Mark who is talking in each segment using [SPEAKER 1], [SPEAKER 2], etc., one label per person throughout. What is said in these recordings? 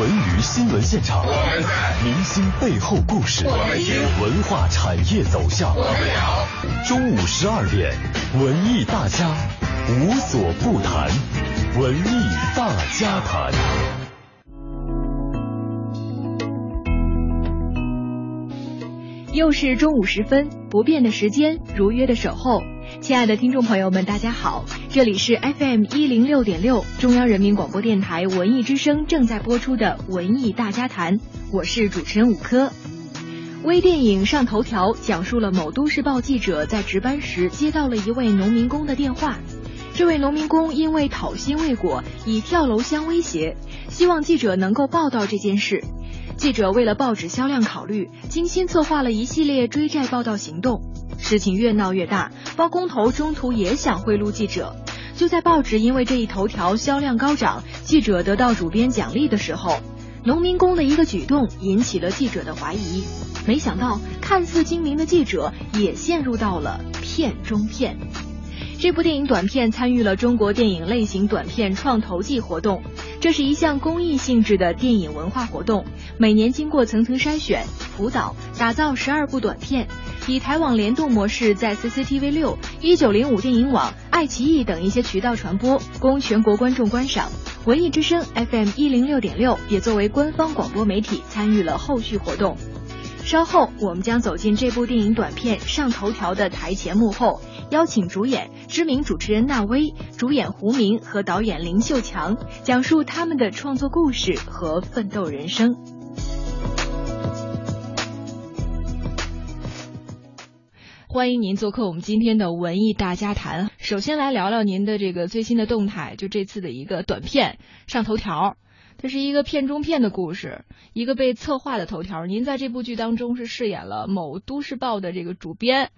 [SPEAKER 1] 文娱新闻现场，
[SPEAKER 2] 我们在
[SPEAKER 1] 明星背后故事，
[SPEAKER 2] 我们听
[SPEAKER 1] 文化产业走向，
[SPEAKER 2] 我们聊。
[SPEAKER 1] 中午十二点，文艺大家无所不谈，文艺大家谈。
[SPEAKER 3] 又是中午时分，不变的时间，如约的守候。亲爱的听众朋友们，大家好，这里是 FM 一零六点六，中央人民广播电台文艺之声正在播出的《文艺大家谈》，我是主持人五科。微电影上头条讲述了某都市报记者在值班时接到了一位农民工的电话，这位农民工因为讨薪未果，以跳楼相威胁，希望记者能够报道这件事。记者为了报纸销量考虑，精心策划了一系列追债报道行动。事情越闹越大，包工头中途也想贿赂记者。就在报纸因为这一头条销量高涨，记者得到主编奖励的时候，农民工的一个举动引起了记者的怀疑。没想到，看似精明的记者也陷入到了骗中骗。这部电影短片参与了中国电影类型短片创投季活动，这是一项公益性质的电影文化活动，每年经过层层筛选、辅导，打造十二部短片，以台网联动模式在 CCTV 六、一九零五电影网、爱奇艺等一些渠道传播，供全国观众观赏。文艺之声 FM 一零六点六也作为官方广播媒体参与了后续活动。稍后我们将走进这部电影短片上头条的台前幕后，邀请主演知名主持人纳威、主演胡明和导演林秀强，讲述他们的创作故事和奋斗人生。欢迎您做客我们今天的文艺大家谈。首先来聊聊您的这个最新的动态，就这次的一个短片上头条，这是一个片中片的故事，一个被策划的头条。您在这部剧当中是饰演了某都市报的这个主编，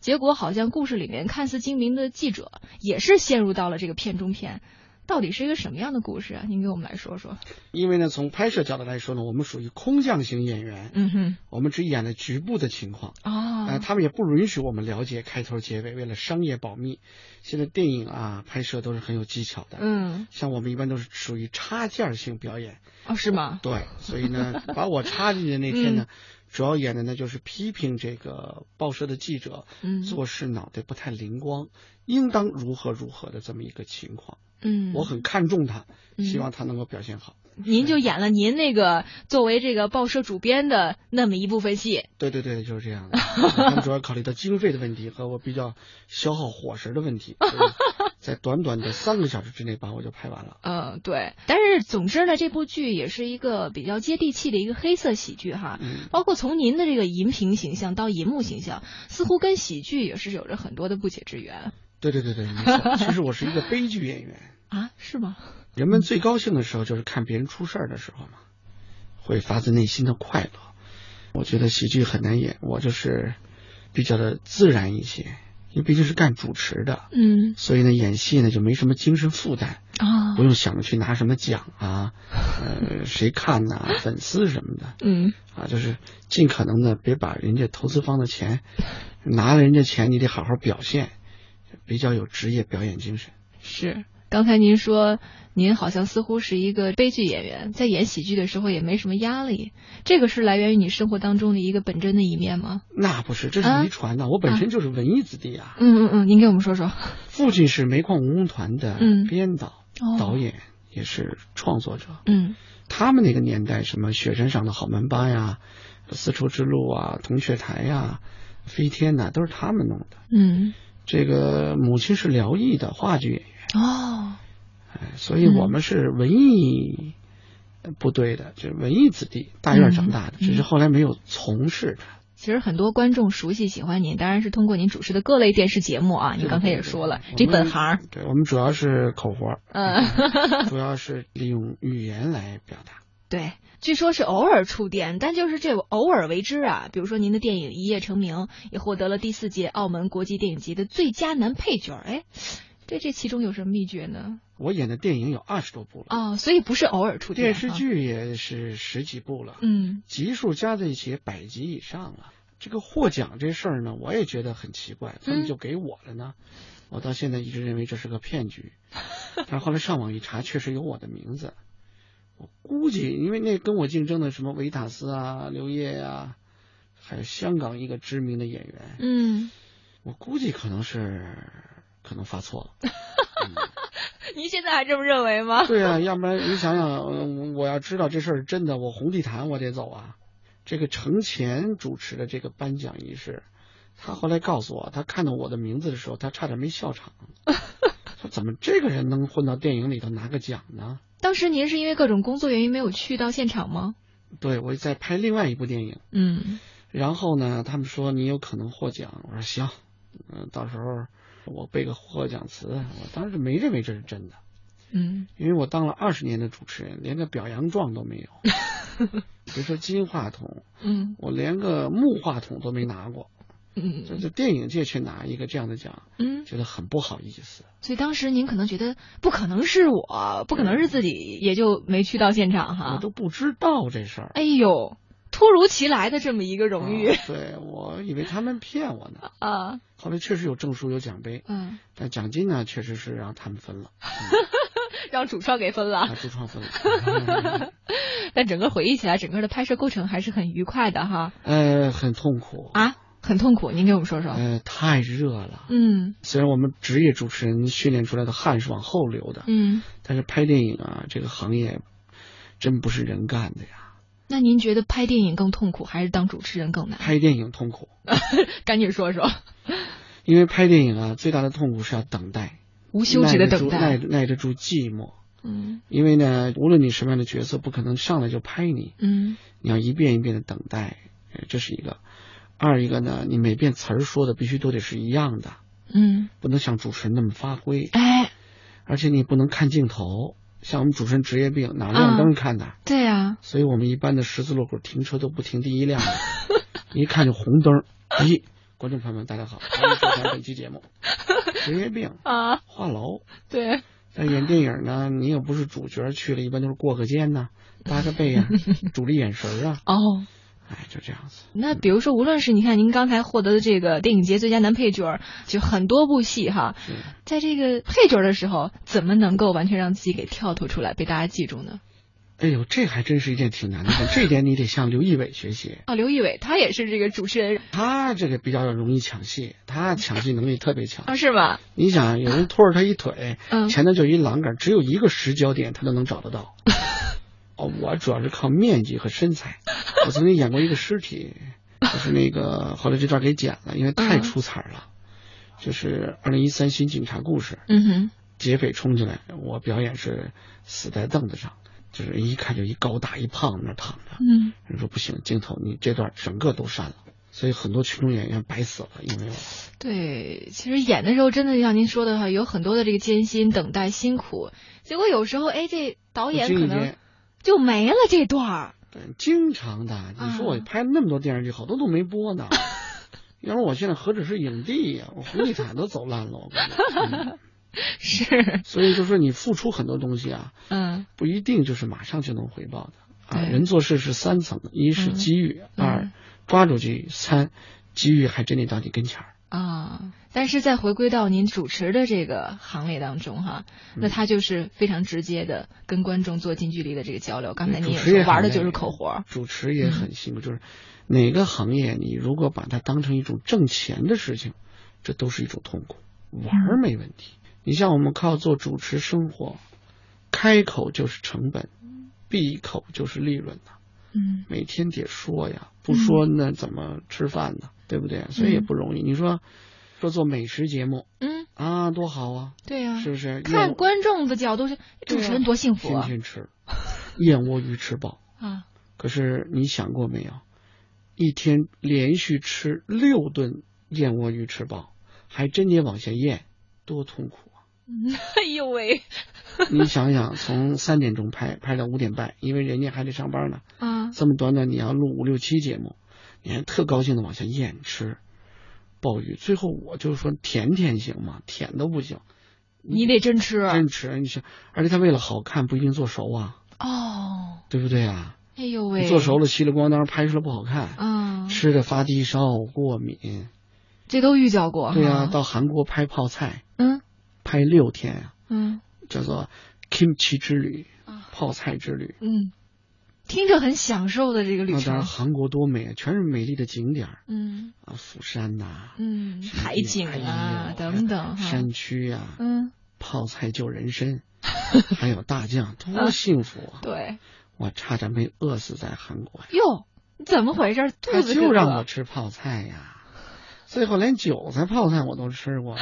[SPEAKER 3] 结果好像故事里面看似精明的记者也是陷入到了这个片中片，到底是一个什么样的故事啊？您给我们来说说。
[SPEAKER 4] 因为呢，从拍摄角度来说呢，我们属于空降型演员，
[SPEAKER 3] 嗯哼，
[SPEAKER 4] 我们只演了局部的情况，呃，
[SPEAKER 3] 哦，
[SPEAKER 4] 他们也不允许我们了解开头结尾，为了商业保密。现在电影啊，拍摄都是很有技巧的，，
[SPEAKER 3] 嗯，
[SPEAKER 4] 像我们一般都是属于插件性表演，
[SPEAKER 3] 哦，是吗？
[SPEAKER 4] 对，所以 呢，把我插进去那天
[SPEAKER 3] 嗯
[SPEAKER 4] 呢，主要演的呢就是批评这个报社的记者
[SPEAKER 3] 嗯，
[SPEAKER 4] 做事脑袋不太灵光，应当如何如何的这么一个情况。
[SPEAKER 3] 嗯，
[SPEAKER 4] 我很看重他，希
[SPEAKER 3] 嗯
[SPEAKER 4] 望他能够表现好。
[SPEAKER 3] 您就演了您那个作为这个报社主编的那么一部分戏，
[SPEAKER 4] 对对对，就是这样的。 他们主要考虑到经费的问题和我比较消耗伙食的问题，所以在短短的三个小时之内把我就拍完了。
[SPEAKER 3] 嗯，对。但是总之呢，这部剧也是一个比较接地气的一个黑色喜剧哈。
[SPEAKER 4] 嗯，
[SPEAKER 3] 包括从您的这个荧屏形象到银幕形象，似乎跟喜剧也是有着很多的不解之缘
[SPEAKER 4] 对对对对，没错。其实我是一个悲剧演员，
[SPEAKER 3] 啊，是吗？
[SPEAKER 4] 人们最高兴的时候就是看别人出事儿的时候嘛，会发自内心的快乐。我觉得喜剧很难演，我就是比较的自然一些，因为毕竟是干主持的，
[SPEAKER 3] 嗯
[SPEAKER 4] 所以呢，演戏呢就没什么精神负担。
[SPEAKER 3] 啊
[SPEAKER 4] 不，用想着去拿什么奖啊，呃，谁看呐、粉丝什么的
[SPEAKER 3] 嗯
[SPEAKER 4] 啊，就是尽可能的别把人家投资方的钱，拿了人家钱，你得好好表现，比较有职业表演精神。
[SPEAKER 3] 是。刚才您说您好像似乎是一个悲剧演员，在演喜剧的时候也没什么压力，这个是来源于你生活当中的一个本真的一面吗？
[SPEAKER 4] 那不是，这是
[SPEAKER 3] 啊
[SPEAKER 4] 遗传呐、我本身就是文艺子弟啊，
[SPEAKER 3] 嗯嗯嗯，您给我们说说。
[SPEAKER 4] 父亲是煤矿文工团的
[SPEAKER 3] 嗯
[SPEAKER 4] 编导、
[SPEAKER 3] 哦
[SPEAKER 4] 导演，也是创作者。
[SPEAKER 3] 嗯
[SPEAKER 4] 他们那个年代，什么雪山上的好门巴呀、丝绸之路啊、铜雀台呀、飞天呐、都是他们弄的。
[SPEAKER 3] 嗯，
[SPEAKER 4] 这个母亲是辽艺的话剧演员，
[SPEAKER 3] 哦，
[SPEAKER 4] 哎，所
[SPEAKER 3] 嗯
[SPEAKER 4] 以我们是文艺呃部队的，就是文艺子弟，大院长大的，
[SPEAKER 3] 嗯
[SPEAKER 4] 只是后来没有从事的。
[SPEAKER 3] 其实很多观众熟悉喜欢您，当然是通过您主持的各类电视节目啊。你刚才也说了，
[SPEAKER 4] 对对
[SPEAKER 3] 这
[SPEAKER 4] 对
[SPEAKER 3] 本行儿，
[SPEAKER 4] 对我们主要是口活儿，
[SPEAKER 3] 嗯，
[SPEAKER 4] 主要是利用语言来表达。
[SPEAKER 3] 对，据说是偶尔触电，但就是这偶尔为之啊。比如说您的电影《一夜成名》也获得了第四届澳门国际电影节的最佳男配角儿，哎，这这其中有什么秘诀呢？
[SPEAKER 4] 我演的电影有二十多部了，
[SPEAKER 3] 哦，嗯所以不是偶尔触
[SPEAKER 4] 电
[SPEAKER 3] 电，啊
[SPEAKER 4] 视，剧也是十几部了，
[SPEAKER 3] 嗯
[SPEAKER 4] 集数加在一起也百集以上了。这个获奖这事儿呢，我也觉得很奇怪，怎么就给我了呢？我到现在一直认为这是个骗局，但是后来上网一查，确实有我的名字。我估计，因为那跟我竞争的什么维塔斯啊、刘烨呀、还有香港一个知名的演员，
[SPEAKER 3] 嗯，
[SPEAKER 4] 我估计可能是可能发错了。
[SPEAKER 3] 您现在还这么认为 吗？
[SPEAKER 4] 对啊，要不然你想想，呃我要知道这事儿是真的，我红地毯我得走啊。这个程前主持的这个颁奖仪式，他后来告诉我，他看到我的名字的时候，他差点没笑场。说怎么这个人能混到电影里头拿个奖呢？
[SPEAKER 3] 当时您是因为各种工作原因没有去到现场吗？
[SPEAKER 4] 对我在拍另外一部电影，
[SPEAKER 3] 嗯
[SPEAKER 4] 然后呢，他们说你有可能获奖，我说行，嗯、到时候我背个获奖词，我当时没认为这是真的。
[SPEAKER 3] 嗯
[SPEAKER 4] 因为我当了二十年的主持人，连个表扬状都没 有。别说金话筒，
[SPEAKER 3] 嗯
[SPEAKER 4] 我连个木话筒都没拿过。就
[SPEAKER 3] 嗯
[SPEAKER 4] 就电影界去拿一个这样的奖，
[SPEAKER 3] 嗯，
[SPEAKER 4] 觉得很不好意思。
[SPEAKER 3] 所以当时您可能觉得不可能是我，不可能是自己，也就没去到现场
[SPEAKER 4] 我
[SPEAKER 3] 哈。
[SPEAKER 4] 都不知道这事儿。
[SPEAKER 3] 哎呦，突如其来的这么一个荣誉
[SPEAKER 4] 啊对我以为他们骗我 呢。
[SPEAKER 3] 啊，
[SPEAKER 4] 后来确实有证书有奖杯，
[SPEAKER 3] 嗯，
[SPEAKER 4] 但奖金呢确实是让他们分了，
[SPEAKER 3] 让主创给分了
[SPEAKER 4] 啊，。主创分了。
[SPEAKER 3] 但整个回忆起来，整个的拍摄过程还是很愉快的哈。
[SPEAKER 4] 呃，很痛苦，
[SPEAKER 3] 啊，很痛苦，您给我们说说。
[SPEAKER 4] 呃，太热了。
[SPEAKER 3] 嗯
[SPEAKER 4] 虽然我们职业主持人训练出来的汗是往后流的，
[SPEAKER 3] 嗯，
[SPEAKER 4] 但是拍电影啊，这个行业真不是人干的呀。
[SPEAKER 3] 那您觉得拍电影更痛苦，还是当主持人更难？
[SPEAKER 4] 拍电影痛苦，
[SPEAKER 3] 赶紧说说。
[SPEAKER 4] 因为拍电影啊，最大的痛苦是要等待，
[SPEAKER 3] 无休止的
[SPEAKER 4] 耐得
[SPEAKER 3] 等
[SPEAKER 4] 住耐
[SPEAKER 3] 待。
[SPEAKER 4] 耐得住寂寞。
[SPEAKER 3] 嗯
[SPEAKER 4] 因为呢，无论你什么样的角色，不可能上来就拍你，
[SPEAKER 3] 嗯
[SPEAKER 4] 你要一遍一遍的等待，呃这是一个。二一个呢，你每遍词儿说的必须都得是一样的，
[SPEAKER 3] 嗯，
[SPEAKER 4] 不能像主持人那么发挥，
[SPEAKER 3] 哎，
[SPEAKER 4] 而且你不能看镜头，像我们主持人职业病，哪
[SPEAKER 3] 啊
[SPEAKER 4] 亮灯看哪。
[SPEAKER 3] 对啊呀、
[SPEAKER 4] 所以我们一般的十字路口停车都不停第一辆的，一看就红灯儿。咦，观众朋友们，大家好，欢迎收看本期节目。职业病，
[SPEAKER 3] 啊，
[SPEAKER 4] 话痨。
[SPEAKER 3] 对，
[SPEAKER 4] 但演电影呢，你也不是主角去了，一般都是过个肩呐、搭个背呀、主力眼神儿啊，
[SPEAKER 3] 哦。
[SPEAKER 4] 哎，就这样子。
[SPEAKER 3] 那比如说，无论是你看您刚才获得的这个电影节最佳男配角儿，就很多部戏哈，
[SPEAKER 4] 是
[SPEAKER 3] 在这个配角儿的时候，怎么能够完全让自己给跳脱出来，被大家记住呢？
[SPEAKER 4] 哎呦，这还真是一件挺难的事，这一点你得向刘仪伟学习。
[SPEAKER 3] 哦，刘仪伟他也是这个主持人
[SPEAKER 4] 他这个比较容易抢戏，他抢戏能力特别强
[SPEAKER 3] 啊，。是吧？
[SPEAKER 4] 你想，有人拖着他一腿，
[SPEAKER 3] 嗯
[SPEAKER 4] 前头就一栏杆，只有一个实焦点，他都能找得 到。哦，我主要是靠面积和身 材。我曾经演过一个尸体，就是那个后来这段给剪了，因为太
[SPEAKER 3] 嗯
[SPEAKER 4] 出彩了。就是二零一三新警察故事，
[SPEAKER 3] 嗯哼，
[SPEAKER 4] 劫匪冲进来，我表演是死在凳子上，就是一看就一高大一胖那儿躺着。
[SPEAKER 3] 嗯，
[SPEAKER 4] 人说不行，镜头你这段整个都删了，所以很多群众演员白死了，因为我。
[SPEAKER 3] 对，其实演的时候真的像您说的哈，有很多的这个艰辛、等待、辛苦，结果有时候哎，这导演
[SPEAKER 4] 不经
[SPEAKER 3] 可
[SPEAKER 4] 意间
[SPEAKER 3] 能就没了这 段儿。
[SPEAKER 4] 嗯，经常的。你说
[SPEAKER 3] 啊
[SPEAKER 4] 我拍那么多电视剧，好多都没播呢。要不然我现在何止是影帝呀，我红地毯都走烂了。我感觉、嗯
[SPEAKER 3] 是，
[SPEAKER 4] 所以就说你付出很多东西啊，
[SPEAKER 3] 嗯
[SPEAKER 4] 不一定就是马上就能回报的啊。
[SPEAKER 3] 对
[SPEAKER 4] 人做事是三层的，一是
[SPEAKER 3] 嗯
[SPEAKER 4] 机遇，
[SPEAKER 3] 嗯
[SPEAKER 4] 二抓住机遇，三机遇还真得到你跟前儿。
[SPEAKER 3] 啊，但是再回归到您主持的这个行列当中哈，
[SPEAKER 4] 嗯
[SPEAKER 3] 那他就是非常直接的跟观众做近距离的这个交流。刚才您
[SPEAKER 4] 主
[SPEAKER 3] 也
[SPEAKER 4] 持也
[SPEAKER 3] 说
[SPEAKER 4] 很
[SPEAKER 3] 玩的
[SPEAKER 4] 累
[SPEAKER 3] 就是口活儿，
[SPEAKER 4] 主持也很辛苦，就是哪个行业你如果把它当成一种挣钱的事情，这都是一种痛苦。玩儿没问题，你像我们靠做主持生活，开口就是成本，闭口就是利润呐、
[SPEAKER 3] 嗯
[SPEAKER 4] 每天得说呀，不说那怎么吃饭呢？对不对？所以也不容易。你说说做美食节目
[SPEAKER 3] 嗯，
[SPEAKER 4] 啊，多好啊，
[SPEAKER 3] 对呀、
[SPEAKER 4] 是不啊是？
[SPEAKER 3] 看
[SPEAKER 4] 燕窝
[SPEAKER 3] 观众的角度是主持人多幸福
[SPEAKER 4] 天
[SPEAKER 3] 啊
[SPEAKER 4] 天吃，燕窝鱼吃饱。
[SPEAKER 3] 啊！
[SPEAKER 4] 可是你想过没有，一天连续吃六顿燕窝鱼吃饱，还真得往下咽，多痛苦啊！
[SPEAKER 3] 嗯 哎呦喂
[SPEAKER 4] 你想想，从三点钟拍拍到五点半，因为人家还得上班呢，
[SPEAKER 3] 啊，
[SPEAKER 4] 这么短短你要录五六期节目，你还特高兴的往下咽吃鲍鱼，最后我就说甜甜行吗？甜都不行，
[SPEAKER 3] 你得真吃啊
[SPEAKER 4] 真吃你想，而且他为了好看不一定做熟啊，
[SPEAKER 3] 哦，
[SPEAKER 4] 对不对啊？
[SPEAKER 3] 哎呦
[SPEAKER 4] 你
[SPEAKER 3] 喂，
[SPEAKER 4] 做熟了稀里咣当拍出来不好看，
[SPEAKER 3] 啊，
[SPEAKER 4] 吃的发低烧过敏。
[SPEAKER 3] 这都遇到过哈，
[SPEAKER 4] 对呀、到韩国拍泡菜，
[SPEAKER 3] 嗯
[SPEAKER 4] 拍六天啊，
[SPEAKER 3] 嗯
[SPEAKER 4] 叫做 kimchi 之旅。
[SPEAKER 3] 啊，
[SPEAKER 4] 泡菜之旅。
[SPEAKER 3] 嗯，听着很享受的这个旅
[SPEAKER 4] 那当然，
[SPEAKER 3] 程。
[SPEAKER 4] 韩国多美啊，全是美丽的景点儿
[SPEAKER 3] 嗯
[SPEAKER 4] 啊，釜山呐、
[SPEAKER 3] 嗯，
[SPEAKER 4] 什么
[SPEAKER 3] 海
[SPEAKER 4] 地
[SPEAKER 3] 景
[SPEAKER 4] 哎
[SPEAKER 3] 啊
[SPEAKER 4] 呦
[SPEAKER 3] 等等哈。
[SPEAKER 4] 山区呀、
[SPEAKER 3] 嗯，
[SPEAKER 4] 泡菜救人 参，还有大酱，多
[SPEAKER 3] 啊
[SPEAKER 4] 幸福啊！
[SPEAKER 3] 对。
[SPEAKER 4] 我差点没饿死在韩国呀，
[SPEAKER 3] 哟，你怎么回事？
[SPEAKER 4] 他
[SPEAKER 3] 肚子
[SPEAKER 4] 就
[SPEAKER 3] 饿
[SPEAKER 4] 让我吃泡菜呀。最后连韭菜泡菜我都吃 过了，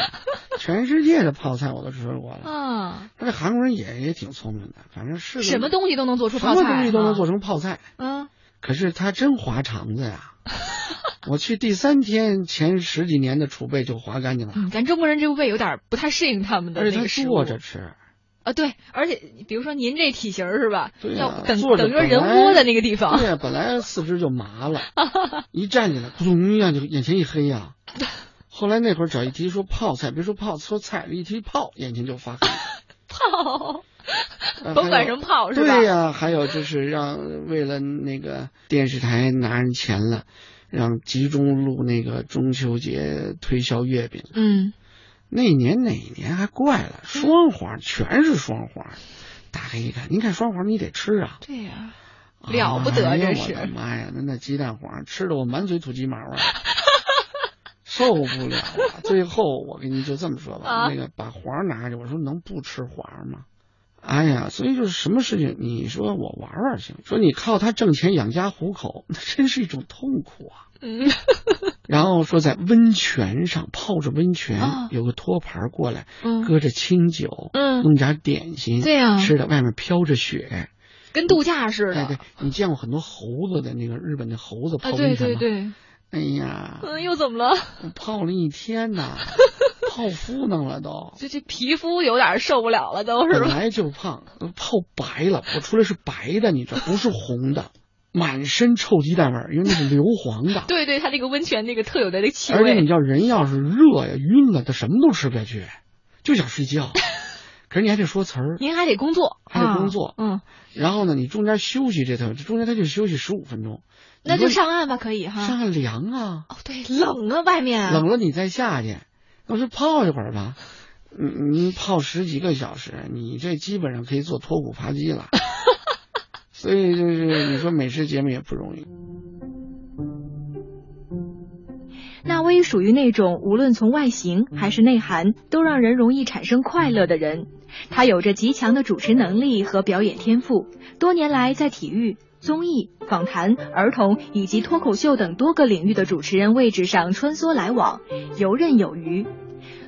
[SPEAKER 4] 全世界的泡菜我都吃过了。
[SPEAKER 3] 啊，
[SPEAKER 4] 但是韩国人也也挺聪明的，反正是个
[SPEAKER 3] 什么东西都能做出
[SPEAKER 4] 什
[SPEAKER 3] 泡
[SPEAKER 4] 么
[SPEAKER 3] 菜，啊
[SPEAKER 4] 东西都能做。成泡菜。
[SPEAKER 3] 嗯，
[SPEAKER 4] 可是他真划肠子呀！ 我去第三天，前十几年的储备就划干净了，
[SPEAKER 3] 嗯咱中国人这个胃有点不太适应他们的
[SPEAKER 4] 而且
[SPEAKER 3] 那
[SPEAKER 4] 他
[SPEAKER 3] 个食物。
[SPEAKER 4] 坐着吃。
[SPEAKER 3] 啊，对，而且比如说您这体型儿是吧？
[SPEAKER 4] 对呀、
[SPEAKER 3] 要等
[SPEAKER 4] 坐着
[SPEAKER 3] 等于说
[SPEAKER 4] 本
[SPEAKER 3] 人
[SPEAKER 4] 来
[SPEAKER 3] 窝在那个地方
[SPEAKER 4] 对呀、本来四肢就麻 了，一站起来，咕咚一下就眼前一黑呀、后来那会儿只要一提说泡菜，别说泡，说菜了，一提泡，眼前就发黑。
[SPEAKER 3] 泡，
[SPEAKER 4] 呃
[SPEAKER 3] 甭
[SPEAKER 4] 还
[SPEAKER 3] 管
[SPEAKER 4] 有
[SPEAKER 3] 什么泡是吧？
[SPEAKER 4] 对呀、还有就是让为了那个电视台拿人钱了，让集中录那个中秋节推销月饼。
[SPEAKER 3] 嗯，
[SPEAKER 4] 那年哪年还怪了，双黄全是双黄。打开一看，您看双黄，你得吃啊！
[SPEAKER 3] 对呀、了不得
[SPEAKER 4] 哎呀
[SPEAKER 3] 真是
[SPEAKER 4] 我的妈呀，那那鸡蛋黄吃的我满嘴吐鸡毛 啊，受不了啊！最后我跟你就这么说吧，
[SPEAKER 3] 啊
[SPEAKER 4] 那个把黄拿去，我说能不吃黄吗？哎呀，所以就是什么事情，你说我玩玩行，说你靠它挣钱养家糊口，那真是一种痛苦啊。
[SPEAKER 3] 嗯，
[SPEAKER 4] 然后说在温泉上泡着温泉，
[SPEAKER 3] 啊
[SPEAKER 4] 有个托盘过来，
[SPEAKER 3] 嗯
[SPEAKER 4] 搁着清酒，
[SPEAKER 3] 嗯，
[SPEAKER 4] 弄点点心，
[SPEAKER 3] 对啊呀
[SPEAKER 4] 吃的外面飘着雪，
[SPEAKER 3] 跟度假似的。
[SPEAKER 4] 哎对对，你见过很多猴子的那个日本的猴子泡
[SPEAKER 3] 啊，
[SPEAKER 4] 温泉吗？
[SPEAKER 3] 对对对，
[SPEAKER 4] 哎 呀，
[SPEAKER 3] 嗯，又怎么了？
[SPEAKER 4] 泡了一天 呐，泡敷弄了都，
[SPEAKER 3] 就这皮肤有点受不了了，都是
[SPEAKER 4] 本
[SPEAKER 3] 吧？。
[SPEAKER 4] 来就胖，呃泡白了，我出来是白的，你知道，不是红的，满身臭鸡蛋味儿，因为那是硫磺的
[SPEAKER 3] 对对，它这个温泉那个特有的那个气
[SPEAKER 4] 而且你
[SPEAKER 3] 味，
[SPEAKER 4] 知道，人要是热呀、晕了，他什么都吃不下去，就想睡 觉。可是你还得说词儿，
[SPEAKER 3] 您还得工作，
[SPEAKER 4] 还得
[SPEAKER 3] 啊
[SPEAKER 4] 工作
[SPEAKER 3] 嗯，
[SPEAKER 4] 然后呢，你中间休息这头，中间他就休息十五分钟，
[SPEAKER 3] 那就
[SPEAKER 4] 你说
[SPEAKER 3] 上岸吧，可以哈。
[SPEAKER 4] 上岸凉啊，
[SPEAKER 3] 哦，对，冷啊，外面。
[SPEAKER 4] 冷了你再下去，那就泡一会儿吧。你你泡十几个小时，你这基本上可以做脱骨扒鸡 了。所以就是你说美食节目也不容易，
[SPEAKER 3] 纳威属于那种无论从外形还是内涵，都让人容易产生快乐的人。他有着极强的主持能力和表演天赋，多年来在体育、综艺、访谈、儿童以及脱口秀等多个领域的主持人位置上穿梭来往，游刃有余。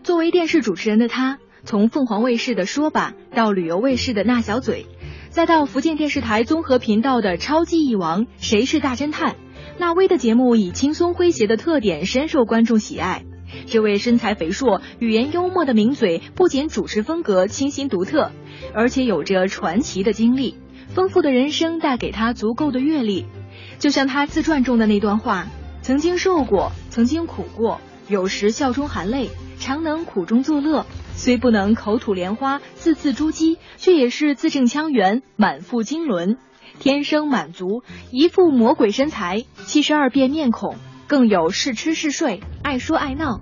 [SPEAKER 3] 作为电视主持人的他，从凤凰卫视的《说吧》到旅游卫视的《那小嘴》，再到福建电视台综合频道的《超级艺王》《谁是大侦探》，纳威的节目以轻松诙谐的特点深受观众喜爱。这位身材肥硕、语言幽默的名嘴，不仅主持风格清新独特，而且有着传奇的经历。丰富的人生带给他足够的阅历，就像他自传中的那段话：“曾经受过，曾经苦过，有时笑中含泪，常能苦中作乐。虽不能口吐莲花、字字珠玑，却也是字正腔圆、满腹经纶。”天生满足，一副魔鬼身材，七十二变面孔，更有是吃是睡，爱说爱闹。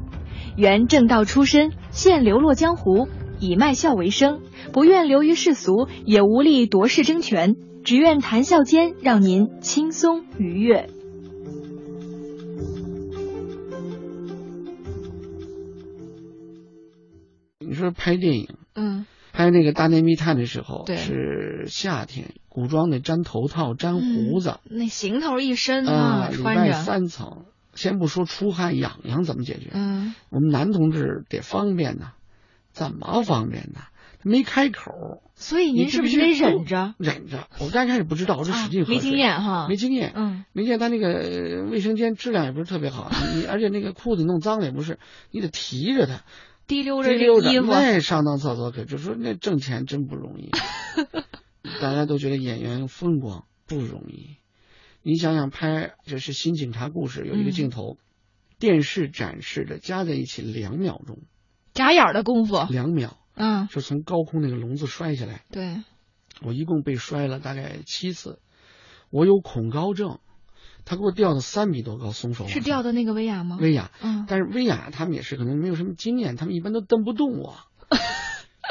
[SPEAKER 3] 原正道出身，现流落江湖，以卖笑为生，不愿流于世俗，也无力夺世争权，只愿谈笑间让您轻松愉悦。
[SPEAKER 4] 你说拍电影，
[SPEAKER 3] 嗯
[SPEAKER 4] 拍那个《大内密探》的时候，
[SPEAKER 3] 对
[SPEAKER 4] 是夏天，古装得粘头套、粘胡子，
[SPEAKER 3] 那行头一身
[SPEAKER 4] 啊，礼拜三层。先不说出汗痒痒怎么解决，
[SPEAKER 3] 嗯
[SPEAKER 4] 我们男同志得方便呐，怎么方便呐？他没开口，
[SPEAKER 3] 所以
[SPEAKER 4] 你必须动？哦忍着，我刚开始不知道，我就使劲喝、
[SPEAKER 3] 啊没经，验哈，
[SPEAKER 4] 没经验，
[SPEAKER 3] 嗯
[SPEAKER 4] 没经验。他那个呃卫生间质量也不是特别好，你而且那个裤子弄脏了也不是，你得提着它，
[SPEAKER 3] 滴溜着
[SPEAKER 4] 这溜着
[SPEAKER 3] 这衣服，
[SPEAKER 4] 那上趟厕所可就说那挣钱真不容 易，大家都觉得演员风光不容易。你想想拍就是《新警察故事》有一个
[SPEAKER 3] 嗯
[SPEAKER 4] 镜头，电视展示的加在一起两秒钟，
[SPEAKER 3] 眨眼儿的功夫，
[SPEAKER 4] 两秒
[SPEAKER 3] 嗯，
[SPEAKER 4] 就从高空那个笼子摔下来。
[SPEAKER 3] 对，
[SPEAKER 4] 我一共被摔了大概七次，我有恐高症，他给我吊到三米多高，松手往
[SPEAKER 3] 是
[SPEAKER 4] 上
[SPEAKER 3] 掉的那个威亚吗？
[SPEAKER 4] 哦威亚，
[SPEAKER 3] 嗯
[SPEAKER 4] 但是威亚他们也是可能没有什么经验，他们一般都蹬不动我。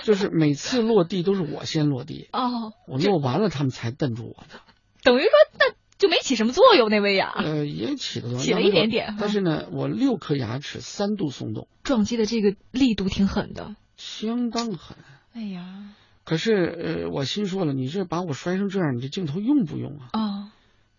[SPEAKER 4] 就是每次落地都是我先落地，
[SPEAKER 3] 哦，
[SPEAKER 4] 我落完了他们才瞪住我的。
[SPEAKER 3] 等于说那就没起什么作用，那威亚、
[SPEAKER 4] 呃，也起了作用，
[SPEAKER 3] 起了
[SPEAKER 4] 但是
[SPEAKER 3] 一点
[SPEAKER 4] 我
[SPEAKER 3] 点
[SPEAKER 4] 但是呢，我六颗牙齿三度松动，
[SPEAKER 3] 撞击的这个力度挺狠的。
[SPEAKER 4] 相当狠。
[SPEAKER 3] 哎呀，
[SPEAKER 4] 可是呃，我心说了，你这把我摔成这样，你这镜头用不用啊？
[SPEAKER 3] 哦，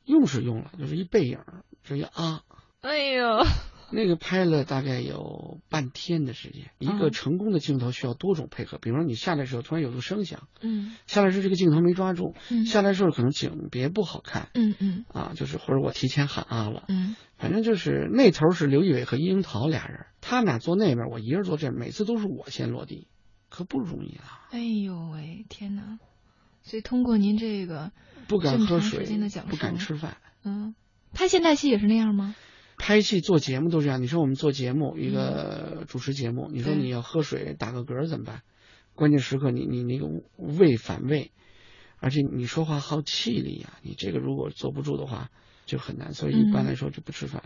[SPEAKER 4] 用是用了，就是一背影儿，这一啊，
[SPEAKER 3] 哎呦，
[SPEAKER 4] 那个拍了大概有半天的时间。一
[SPEAKER 3] 嗯
[SPEAKER 4] 个成功的镜头需要多种配合，比如说你下来的时候突然有个声响，
[SPEAKER 3] 嗯
[SPEAKER 4] 下来时候这个镜头没抓住，
[SPEAKER 3] 嗯
[SPEAKER 4] 下来的时候可能景别不好看
[SPEAKER 3] 嗯嗯
[SPEAKER 4] 啊，就是或者我提前喊啊了，
[SPEAKER 3] 嗯，
[SPEAKER 4] 反正就是那头是刘仪伟和殷樱桃俩人，他们俩坐那边，我一人坐这，每次都是我先落地，可不容易啊，
[SPEAKER 3] 哎呦喂，天哪！所以通过您这个，
[SPEAKER 4] 不
[SPEAKER 3] 这
[SPEAKER 4] 敢
[SPEAKER 3] 么
[SPEAKER 4] 喝
[SPEAKER 3] 长时
[SPEAKER 4] 水
[SPEAKER 3] 间的讲，
[SPEAKER 4] 不敢吃
[SPEAKER 3] 述
[SPEAKER 4] 饭。
[SPEAKER 3] 嗯，拍现代戏也是那样吗？
[SPEAKER 4] 拍戏做节目都这样，你说我们做节
[SPEAKER 3] 嗯
[SPEAKER 4] 目，一个主持节目，你说
[SPEAKER 3] 对
[SPEAKER 4] 你要喝水打个嗝怎么办？关键时刻你你那个胃反胃，而且你说话好气力呀、你这个如果坐不住的话就很难，所以一般
[SPEAKER 3] 嗯
[SPEAKER 4] 来说就不吃饭，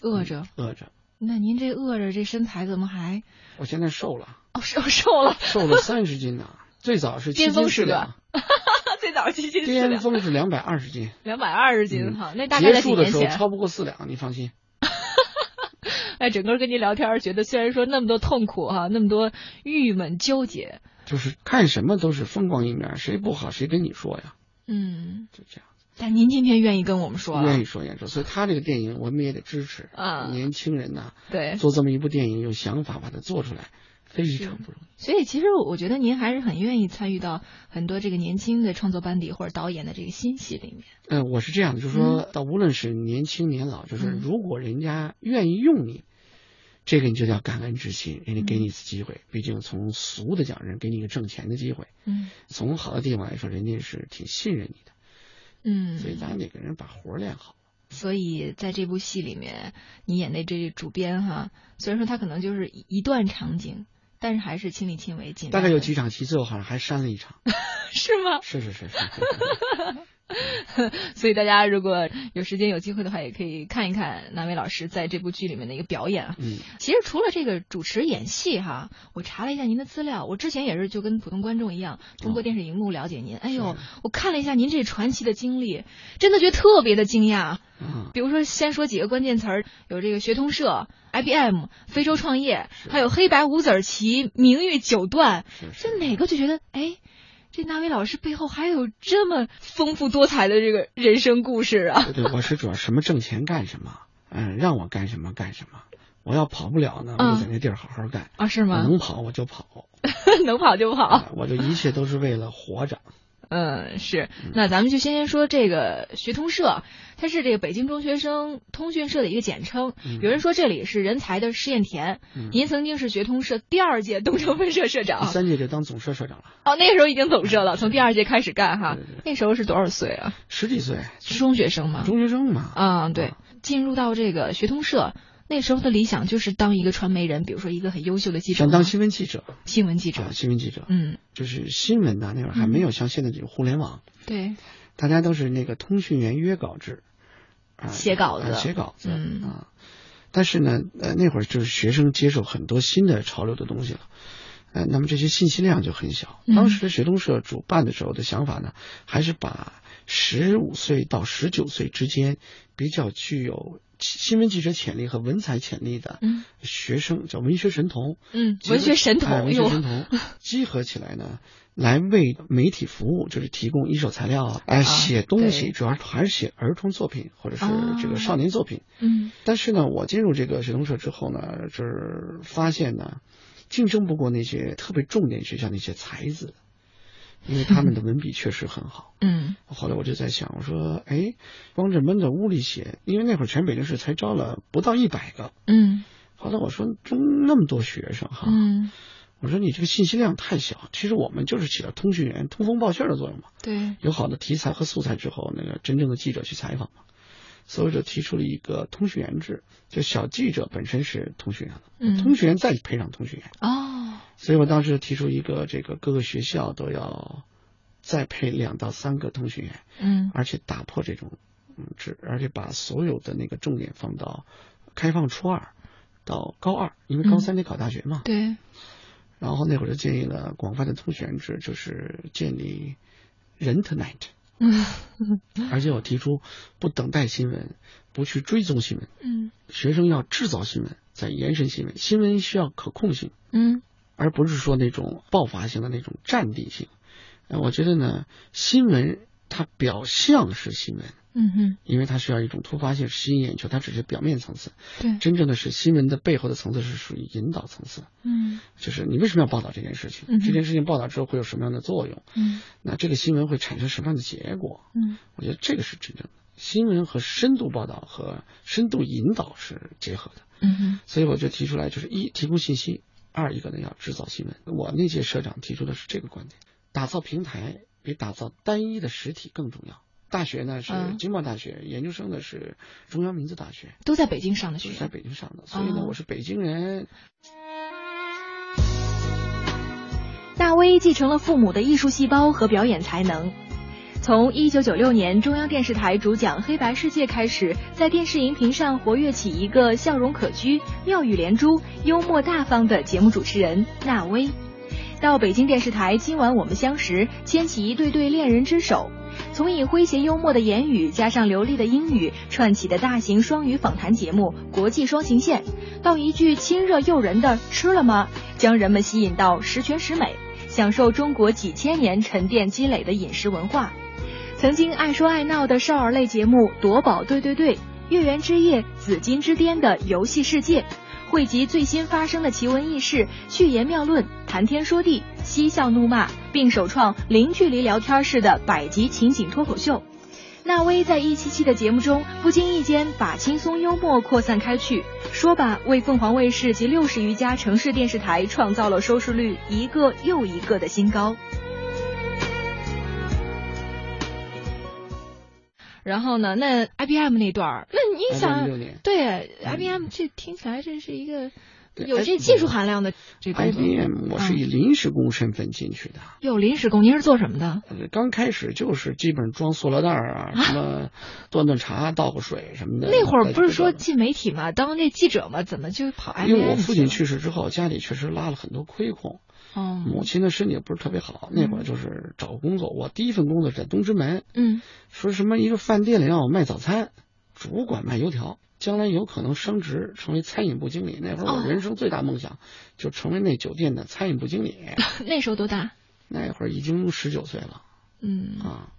[SPEAKER 4] 嗯
[SPEAKER 3] 饿着，
[SPEAKER 4] 饿着。
[SPEAKER 3] 那您这饿着这身材怎么还
[SPEAKER 4] 我现在瘦了，
[SPEAKER 3] 哦瘦瘦了？
[SPEAKER 4] 瘦了三十斤呢、 最早是七
[SPEAKER 3] 巅峰
[SPEAKER 4] 斤
[SPEAKER 3] 时
[SPEAKER 4] 四两，
[SPEAKER 3] 最早基金是
[SPEAKER 4] 巅峰是两百二十斤，
[SPEAKER 3] 两百二十
[SPEAKER 4] 嗯
[SPEAKER 3] 斤哈， 那大
[SPEAKER 4] 结
[SPEAKER 3] 概在几
[SPEAKER 4] 束的
[SPEAKER 3] 年
[SPEAKER 4] 时候
[SPEAKER 3] 前？
[SPEAKER 4] 超不过四两，你放心。
[SPEAKER 3] 哎，整个跟您聊天儿，觉得虽然说那么多痛苦哈、那么多郁闷纠结，
[SPEAKER 4] 就是看什么都是风光一面，谁不好谁跟你说呀，
[SPEAKER 3] 嗯，
[SPEAKER 4] 就这样。
[SPEAKER 3] 但您今天愿意跟我们说
[SPEAKER 4] 愿
[SPEAKER 3] 了
[SPEAKER 4] 意，说愿意说，所以他这个电影我们也得支持。
[SPEAKER 3] 啊哎
[SPEAKER 4] 年轻人呐、
[SPEAKER 3] 对，
[SPEAKER 4] 做这么一部电影有想法把它做出来，非常不容易。
[SPEAKER 3] 所以其实我觉得您还是很愿意参与到很多这个年轻的创作班底或者导演的这个新戏里面。
[SPEAKER 4] 嗯、我是这样的，就是说到无论是年轻年老，就是
[SPEAKER 3] 嗯
[SPEAKER 4] 如果人家愿意用你，这个你就叫感恩之
[SPEAKER 3] 嗯
[SPEAKER 4] 心，人家给你一次机会。毕竟从俗的讲，人给你一个挣钱的机会；
[SPEAKER 3] 嗯
[SPEAKER 4] 从好的地方来说，人家是挺信任你的。
[SPEAKER 3] 嗯，
[SPEAKER 4] 所以咱每个人把活儿练好。
[SPEAKER 3] 所以在这部戏里面，你演的这主编哈，虽然说他可能就是一一段场景，但是还是亲力亲为，尽
[SPEAKER 4] 大
[SPEAKER 3] 量
[SPEAKER 4] 概有
[SPEAKER 3] 地
[SPEAKER 4] 几场戏，最后好像还删了一场。
[SPEAKER 3] 是吗？
[SPEAKER 4] 是是是是。
[SPEAKER 3] 所以大家如果有时间有机会的话，也可以看一看南伟老师在这部剧里面的一个表演啊。
[SPEAKER 4] 嗯，
[SPEAKER 3] 其实除了这个主持演戏哈，我查了一下您的资料，我之前也是就跟普通观众一样，通过电视荧幕了解您。哎呦
[SPEAKER 4] 是，
[SPEAKER 3] 我看了一下您这传奇的经历，真的觉得特别的惊讶。
[SPEAKER 4] 啊、
[SPEAKER 3] 比如说，先说几个关键词儿，有这个学通社、IBM、非洲创业，还有黑白五子儿棋、名誉九段，
[SPEAKER 4] 是是。
[SPEAKER 3] 这哪个就觉得哎，这那位老师背后还有这么丰富多彩的这个人生故事啊！
[SPEAKER 4] 对，我是主要什么挣钱干什么，嗯，让我干什么干什么。我要跑不了呢，我
[SPEAKER 3] 嗯
[SPEAKER 4] 就在那地儿好好干。
[SPEAKER 3] 啊，是
[SPEAKER 4] 我
[SPEAKER 3] 吗？哦
[SPEAKER 4] 能跑我就跑，
[SPEAKER 3] 能跑就跑。
[SPEAKER 4] 啊我这一切都是为了活着。
[SPEAKER 3] 嗯，是。那咱们就先先说这个学通社，它是这个北京中学生通讯社的一个简称。
[SPEAKER 4] 嗯
[SPEAKER 3] 有人说这里是人才的试验田。
[SPEAKER 4] 嗯
[SPEAKER 3] 您曾经是学通社第二届东城分社社
[SPEAKER 4] 第
[SPEAKER 3] 长。
[SPEAKER 4] 三届就当总社社长了，
[SPEAKER 3] 哦，那个时候已经总社了，从第二届开始干哈
[SPEAKER 4] 对对对。
[SPEAKER 3] 那时候是多少岁啊？
[SPEAKER 4] 十几岁，
[SPEAKER 3] 是中学生吗？
[SPEAKER 4] 中学生嘛。
[SPEAKER 3] 啊、对，进入到这个学通社，那时候的理想就是当一个传媒人，比如说一个很优秀的记者
[SPEAKER 4] 想
[SPEAKER 3] 嘛，
[SPEAKER 4] 当新闻记者
[SPEAKER 3] 新闻记者
[SPEAKER 4] 啊，。新闻记者，
[SPEAKER 3] 嗯，
[SPEAKER 4] 就是新闻呐、那会儿还没有像现在这个互联网，
[SPEAKER 3] 对，
[SPEAKER 4] 大家都是那个通讯员约稿制，啊，
[SPEAKER 3] 写稿子
[SPEAKER 4] 啊写稿子、
[SPEAKER 3] 嗯
[SPEAKER 4] 啊。但是呢，呃，那会儿就是学生接受很多新的潮流的东西了，呃，那么这些信息量就很小。
[SPEAKER 3] 嗯
[SPEAKER 4] 当时的学东社主办的时候的想法呢，还是把十五岁到十九岁之间比较具有新闻记者潜力和文采潜力的
[SPEAKER 3] 嗯
[SPEAKER 4] 学生，叫文学神童，
[SPEAKER 3] 嗯，
[SPEAKER 4] 集合
[SPEAKER 3] 文学神
[SPEAKER 4] 哎
[SPEAKER 3] 童
[SPEAKER 4] 文学
[SPEAKER 3] 哟，
[SPEAKER 4] 神 童集合起来呢，来为媒体服务，就是提供一手材料啊，哎，
[SPEAKER 3] 啊
[SPEAKER 4] 写东西
[SPEAKER 3] 对
[SPEAKER 4] 主要还是写儿童作品或者是
[SPEAKER 3] 啊
[SPEAKER 4] 这个少年作品。
[SPEAKER 3] 嗯
[SPEAKER 4] 但是呢，我进入这个学童社之后呢，就是发现呢，竞争不过那些特别重点学校那些才子，因为他们的文笔确实很好。
[SPEAKER 3] 嗯
[SPEAKER 4] 后来我就在想，我说，哎，光这闷在屋里写，因为那会儿全北京市才招了不到一百个。
[SPEAKER 3] 嗯
[SPEAKER 4] 后来我说，中那么多学生哈，
[SPEAKER 3] 嗯，
[SPEAKER 4] 我说你这个信息量太小。其实我们就是起到通讯员、通风报信儿的作用嘛。
[SPEAKER 3] 对，
[SPEAKER 4] 有好的题材和素材之后，那个真正的记者去采访嘛。所以我就提出了一个通讯员制，就小记者本身是通讯员了，通
[SPEAKER 3] 嗯
[SPEAKER 4] 讯员再配上通讯员。
[SPEAKER 3] 哦，
[SPEAKER 4] 所以我当时提出一个，这个各个学校都要再配两到三个通讯员，
[SPEAKER 3] 嗯
[SPEAKER 4] 而且打破这种嗯制，而且把所有的那个重点放到开放初二到高二，因为高三得考大学嘛。
[SPEAKER 3] 对，
[SPEAKER 4] 然后那会儿就建议了广泛的通选制，就是建立人 tonight，
[SPEAKER 3] 嗯
[SPEAKER 4] 而且我提出不等待新闻，不去追踪新闻，
[SPEAKER 3] 嗯
[SPEAKER 4] 学生要制造新闻，在延伸新闻，新闻需要可控性，
[SPEAKER 3] 嗯
[SPEAKER 4] 而不是说那种爆发性的那种战地性。呃，我觉得呢，新闻它表象是新闻，
[SPEAKER 3] 嗯哼，
[SPEAKER 4] 因为它需要一种突发性吸引眼球，它只是表面层次。
[SPEAKER 3] 对，
[SPEAKER 4] 真正的是新闻的背后的层次是属于引导层次，
[SPEAKER 3] 嗯
[SPEAKER 4] 就是你为什么要报道这件事情？
[SPEAKER 3] 嗯哼
[SPEAKER 4] 这件事情报道之后会有什么样的作用？
[SPEAKER 3] 嗯
[SPEAKER 4] 那这个新闻会产生什么样的结果？
[SPEAKER 3] 嗯
[SPEAKER 4] 我觉得这个是真正的新闻和深度报道和深度引导是结合的。
[SPEAKER 3] 嗯哼，
[SPEAKER 4] 所以我就提出来，就是一提供信息，二一个呢要制造新闻。我那届社长提出的是这个观点：打造平台比打造单一的实体更重要。大学呢是
[SPEAKER 3] 嗯
[SPEAKER 4] 经贸大学，研究生呢是中央民族大学，
[SPEAKER 3] 都在北京上的
[SPEAKER 4] 就
[SPEAKER 3] 学
[SPEAKER 4] 是在
[SPEAKER 3] 校，
[SPEAKER 4] 北京上的，所以呢
[SPEAKER 3] 哦
[SPEAKER 4] 我是北京人。
[SPEAKER 3] 大威继承了父母的艺术细胞和表演才能。从一九九六年中央电视台主讲《黑白世界》开始，在电视荧屏上活跃起一个笑容可掬、妙语连珠、幽默大方的节目主持人纳威。到北京电视台《今晚我们相识》，牵起一对对恋人之手，从以诙谐幽默的言语加上流利的英语串起的大型双语访谈节目《国际双行线》，到一句亲热诱人的“吃了吗”，将人们吸引到十全十美，享受中国几千年沉淀积累的饮食文化。曾经爱说爱闹的少儿类节目《夺宝对对对》，《月圆之夜》《紫金之巅》的游戏世界，汇集最新发生的奇闻异事、趣言妙论、谈天说地、嬉笑怒骂，并首创零距离聊天式的百集情景脱口秀。纳威在一期期的节目中，不经意间把轻松幽默扩散开去。说吧，为凤凰卫视及六十余家城市电视台创造了收视率一个又一个的新高。然后呢，那 IBM 那段儿，那你想
[SPEAKER 4] 六年
[SPEAKER 3] 对
[SPEAKER 4] 嗯
[SPEAKER 3] IBM 这听起来这是一个
[SPEAKER 4] 对哎
[SPEAKER 3] 有这
[SPEAKER 4] IBM
[SPEAKER 3] 技术含量的这工作。
[SPEAKER 4] ，IBM 我是以临时工身份进去的。
[SPEAKER 3] 有临时工，您是做什么的？
[SPEAKER 4] 呃刚开始就是基本装塑料袋儿啊，什么端端茶、倒个水什么的。
[SPEAKER 3] 那会儿不是说
[SPEAKER 4] 在
[SPEAKER 3] 进媒体嘛，当这记者嘛，怎么就跑
[SPEAKER 4] 这
[SPEAKER 3] IBM？
[SPEAKER 4] 个因为我父亲
[SPEAKER 3] 了
[SPEAKER 4] 去世之后，家里确实拉了很多亏空，
[SPEAKER 3] 哦，
[SPEAKER 4] 母亲的身体也不是特别好。那会儿就是找工作，我第一份工作是在东直门，
[SPEAKER 3] 嗯
[SPEAKER 4] 说什么一个饭店里让我卖早餐，主管卖油条，将来有可能升职成为餐饮部经理。那会儿
[SPEAKER 3] 哦
[SPEAKER 4] 我人生最大梦想就成为那酒店的餐饮部 经理。
[SPEAKER 3] 那时候多大？
[SPEAKER 4] 那会儿已经十九岁了
[SPEAKER 3] 嗯
[SPEAKER 4] 啊，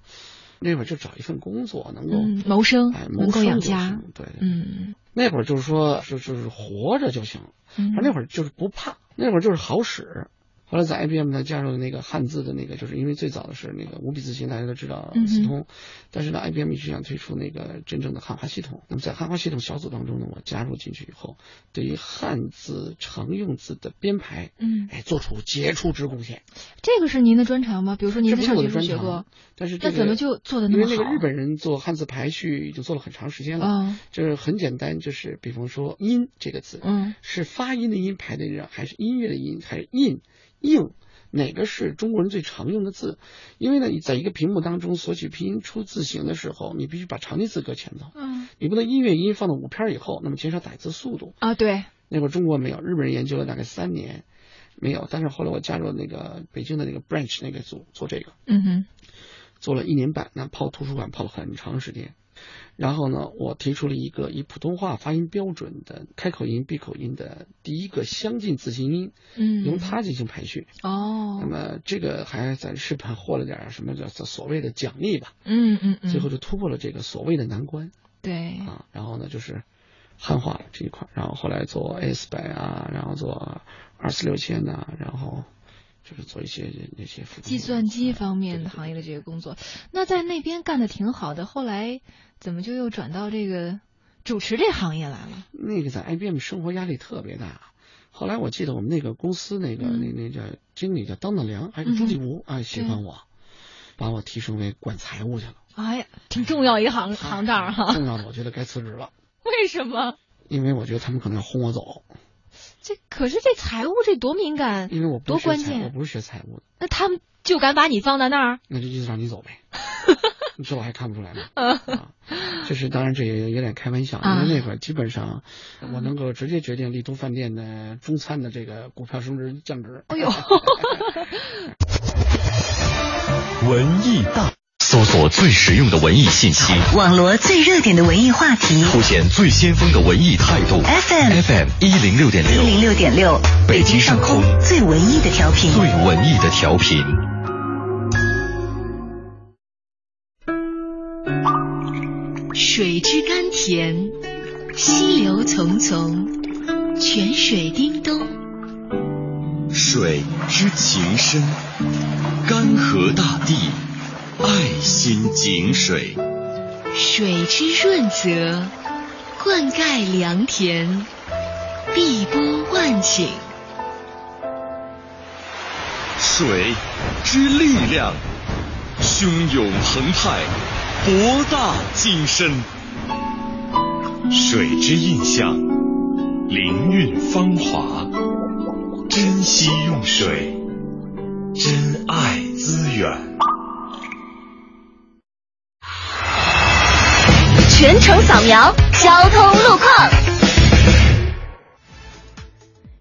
[SPEAKER 4] 那会儿就找一份工作能够。
[SPEAKER 3] 嗯，谋生
[SPEAKER 4] 哎，谋
[SPEAKER 3] 能够
[SPEAKER 4] 生
[SPEAKER 3] 养
[SPEAKER 4] 就
[SPEAKER 3] 家
[SPEAKER 4] 行。对，对
[SPEAKER 3] 嗯
[SPEAKER 4] 那会儿就是说，就就是活着就行。
[SPEAKER 3] 嗯
[SPEAKER 4] 反正那会儿就是不怕，那会儿就是好使。后来在 IBM 呢，加入那个汉字的那个，就是因为最早的是那个五笔字形，大家都知道
[SPEAKER 3] 嗯哼
[SPEAKER 4] 四通，但是呢，IBM 一直想推出那个真正的汉化系统。那么在汉化系统小组当中呢，我加入进去以后，对于汉字常用字的编排，
[SPEAKER 3] 嗯，
[SPEAKER 4] 哎，做出杰出之贡献。
[SPEAKER 3] 这个是您的专长吗？比如说您
[SPEAKER 4] 这不
[SPEAKER 3] 在
[SPEAKER 4] 是
[SPEAKER 3] 上
[SPEAKER 4] 我
[SPEAKER 3] 学
[SPEAKER 4] 的专
[SPEAKER 3] 时候学
[SPEAKER 4] 长啊
[SPEAKER 3] 过，，
[SPEAKER 4] 但是
[SPEAKER 3] 那
[SPEAKER 4] 这个
[SPEAKER 3] 怎么就做得那
[SPEAKER 4] 因
[SPEAKER 3] 么
[SPEAKER 4] 为
[SPEAKER 3] 好？啊
[SPEAKER 4] 那个日本人做汉字排序已经做了很长时间了，
[SPEAKER 3] 哦
[SPEAKER 4] 就是很简单，就是比方说“音”这个字，
[SPEAKER 3] 嗯
[SPEAKER 4] 是发音的音排的人，还是音乐的音，还是印硬？哪个是中国人最常用的字？因为呢，你在一个屏幕当中索取拼音出字形的时候，你必须把常见字搁前头，
[SPEAKER 3] 嗯
[SPEAKER 4] 你不能音乐音放到五片儿以后，那么减少打字速度。
[SPEAKER 3] 啊对
[SPEAKER 4] 那会儿中国没有，日本人研究了大概三年，没有。但是后来我加入那个北京的那个 branch 那个组做这个，
[SPEAKER 3] 嗯哼
[SPEAKER 4] 做了一年半，那泡图书馆泡了很长时间。然后呢，我提出了一个以普通话发音标准的开口音、闭口音的第一个相近字形音，
[SPEAKER 3] 嗯
[SPEAKER 4] 由它进行排序。
[SPEAKER 3] 哦
[SPEAKER 4] 那么这个还在日本获了点儿什么叫所谓的奖励吧，
[SPEAKER 3] 嗯嗯嗯，
[SPEAKER 4] 最后就突破了这个所谓的难关
[SPEAKER 3] 对
[SPEAKER 4] 啊。然后呢，就是汉化这一块儿，然后后来做 S 百啊，然后做二四六千呐，然后就是做一些那些辅助
[SPEAKER 3] 计算机
[SPEAKER 4] 啊
[SPEAKER 3] 方面
[SPEAKER 4] 对对对
[SPEAKER 3] 行业的这个工作，那在那边干的挺好的，后来怎么就又转到这个主持这行业来了？
[SPEAKER 4] 那个在 IBM 生活压力特别大。后来我记得我们那个公司那个、
[SPEAKER 3] 嗯
[SPEAKER 4] 那那叫经理叫当当良，还有
[SPEAKER 3] 嗯
[SPEAKER 4] 朱立武，哎喜欢我，把我提升为管财务去了。
[SPEAKER 3] 哎呀，挺重要一行行当儿哈、
[SPEAKER 4] 重要的我觉得该辞职了，
[SPEAKER 3] 为什么？
[SPEAKER 4] 因为我觉得他们可能要轰我走，
[SPEAKER 3] 这可是这财务这多敏感，
[SPEAKER 4] 因为我不
[SPEAKER 3] 多
[SPEAKER 4] 是学
[SPEAKER 3] 关
[SPEAKER 4] 财，我
[SPEAKER 3] 键，
[SPEAKER 4] 不是学财务的，
[SPEAKER 3] 那他们就敢把你放在那儿？
[SPEAKER 4] 那就意思让你走呗。你这我还看不出来吗？啊，就是当然这也有点开玩笑，
[SPEAKER 3] 嗯啊
[SPEAKER 4] 因为那会儿基本上我能够直接决定丽都饭店的中餐的这个股票升值降值。
[SPEAKER 3] 哎呦，
[SPEAKER 1] 文艺大，搜索最实用的文艺信息，
[SPEAKER 2] 网罗最热点的文艺话题
[SPEAKER 1] 凸显最先锋的文艺态度。
[SPEAKER 2] ，FM
[SPEAKER 1] FM 一零六点
[SPEAKER 2] 一零
[SPEAKER 1] 六，
[SPEAKER 2] 六点六，
[SPEAKER 1] 北京上空
[SPEAKER 2] 最文艺的调频
[SPEAKER 1] 最。文艺的调频。
[SPEAKER 5] 水之甘甜，溪流淙淙，泉水叮咚。
[SPEAKER 1] 水之情深，干涸大地，爱心井水。
[SPEAKER 5] 水之润泽，灌溉良田，碧波万顷。
[SPEAKER 1] 水之力量，汹涌澎湃，博大精深；水之印象，凌韵芳华。珍惜用水，珍爱资源。
[SPEAKER 5] 全程扫描交通路况。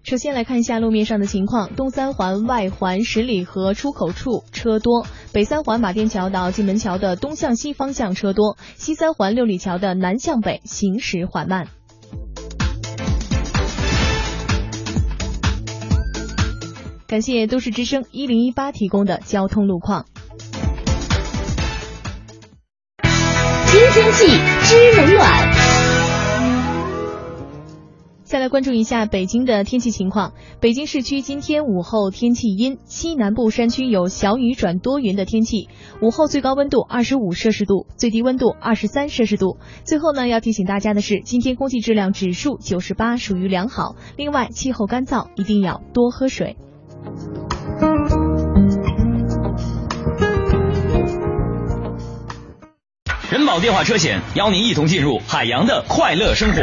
[SPEAKER 6] 首先来看一下路面上的情况，东三环外环十里河出口处车多，北三环马甸桥到金门桥的东向西方向车多，西三环六里桥的南向北行驶缓慢。感谢都市之声一零一八提供的交通路况。
[SPEAKER 5] 听天气知冷暖，
[SPEAKER 6] 再来关注一下北京的天气情况。北京市区今天午后天气阴，西南部山区有小雨转多云的天气。午后最高温度二十五摄氏度，最低温度二十三摄氏度。最后呢，要提醒大家的是，今天空气质量指数九十八，属于良好。另外，气候干燥，一定要多喝水。
[SPEAKER 7] 人保电话车险邀您一同进入海洋的快乐生活。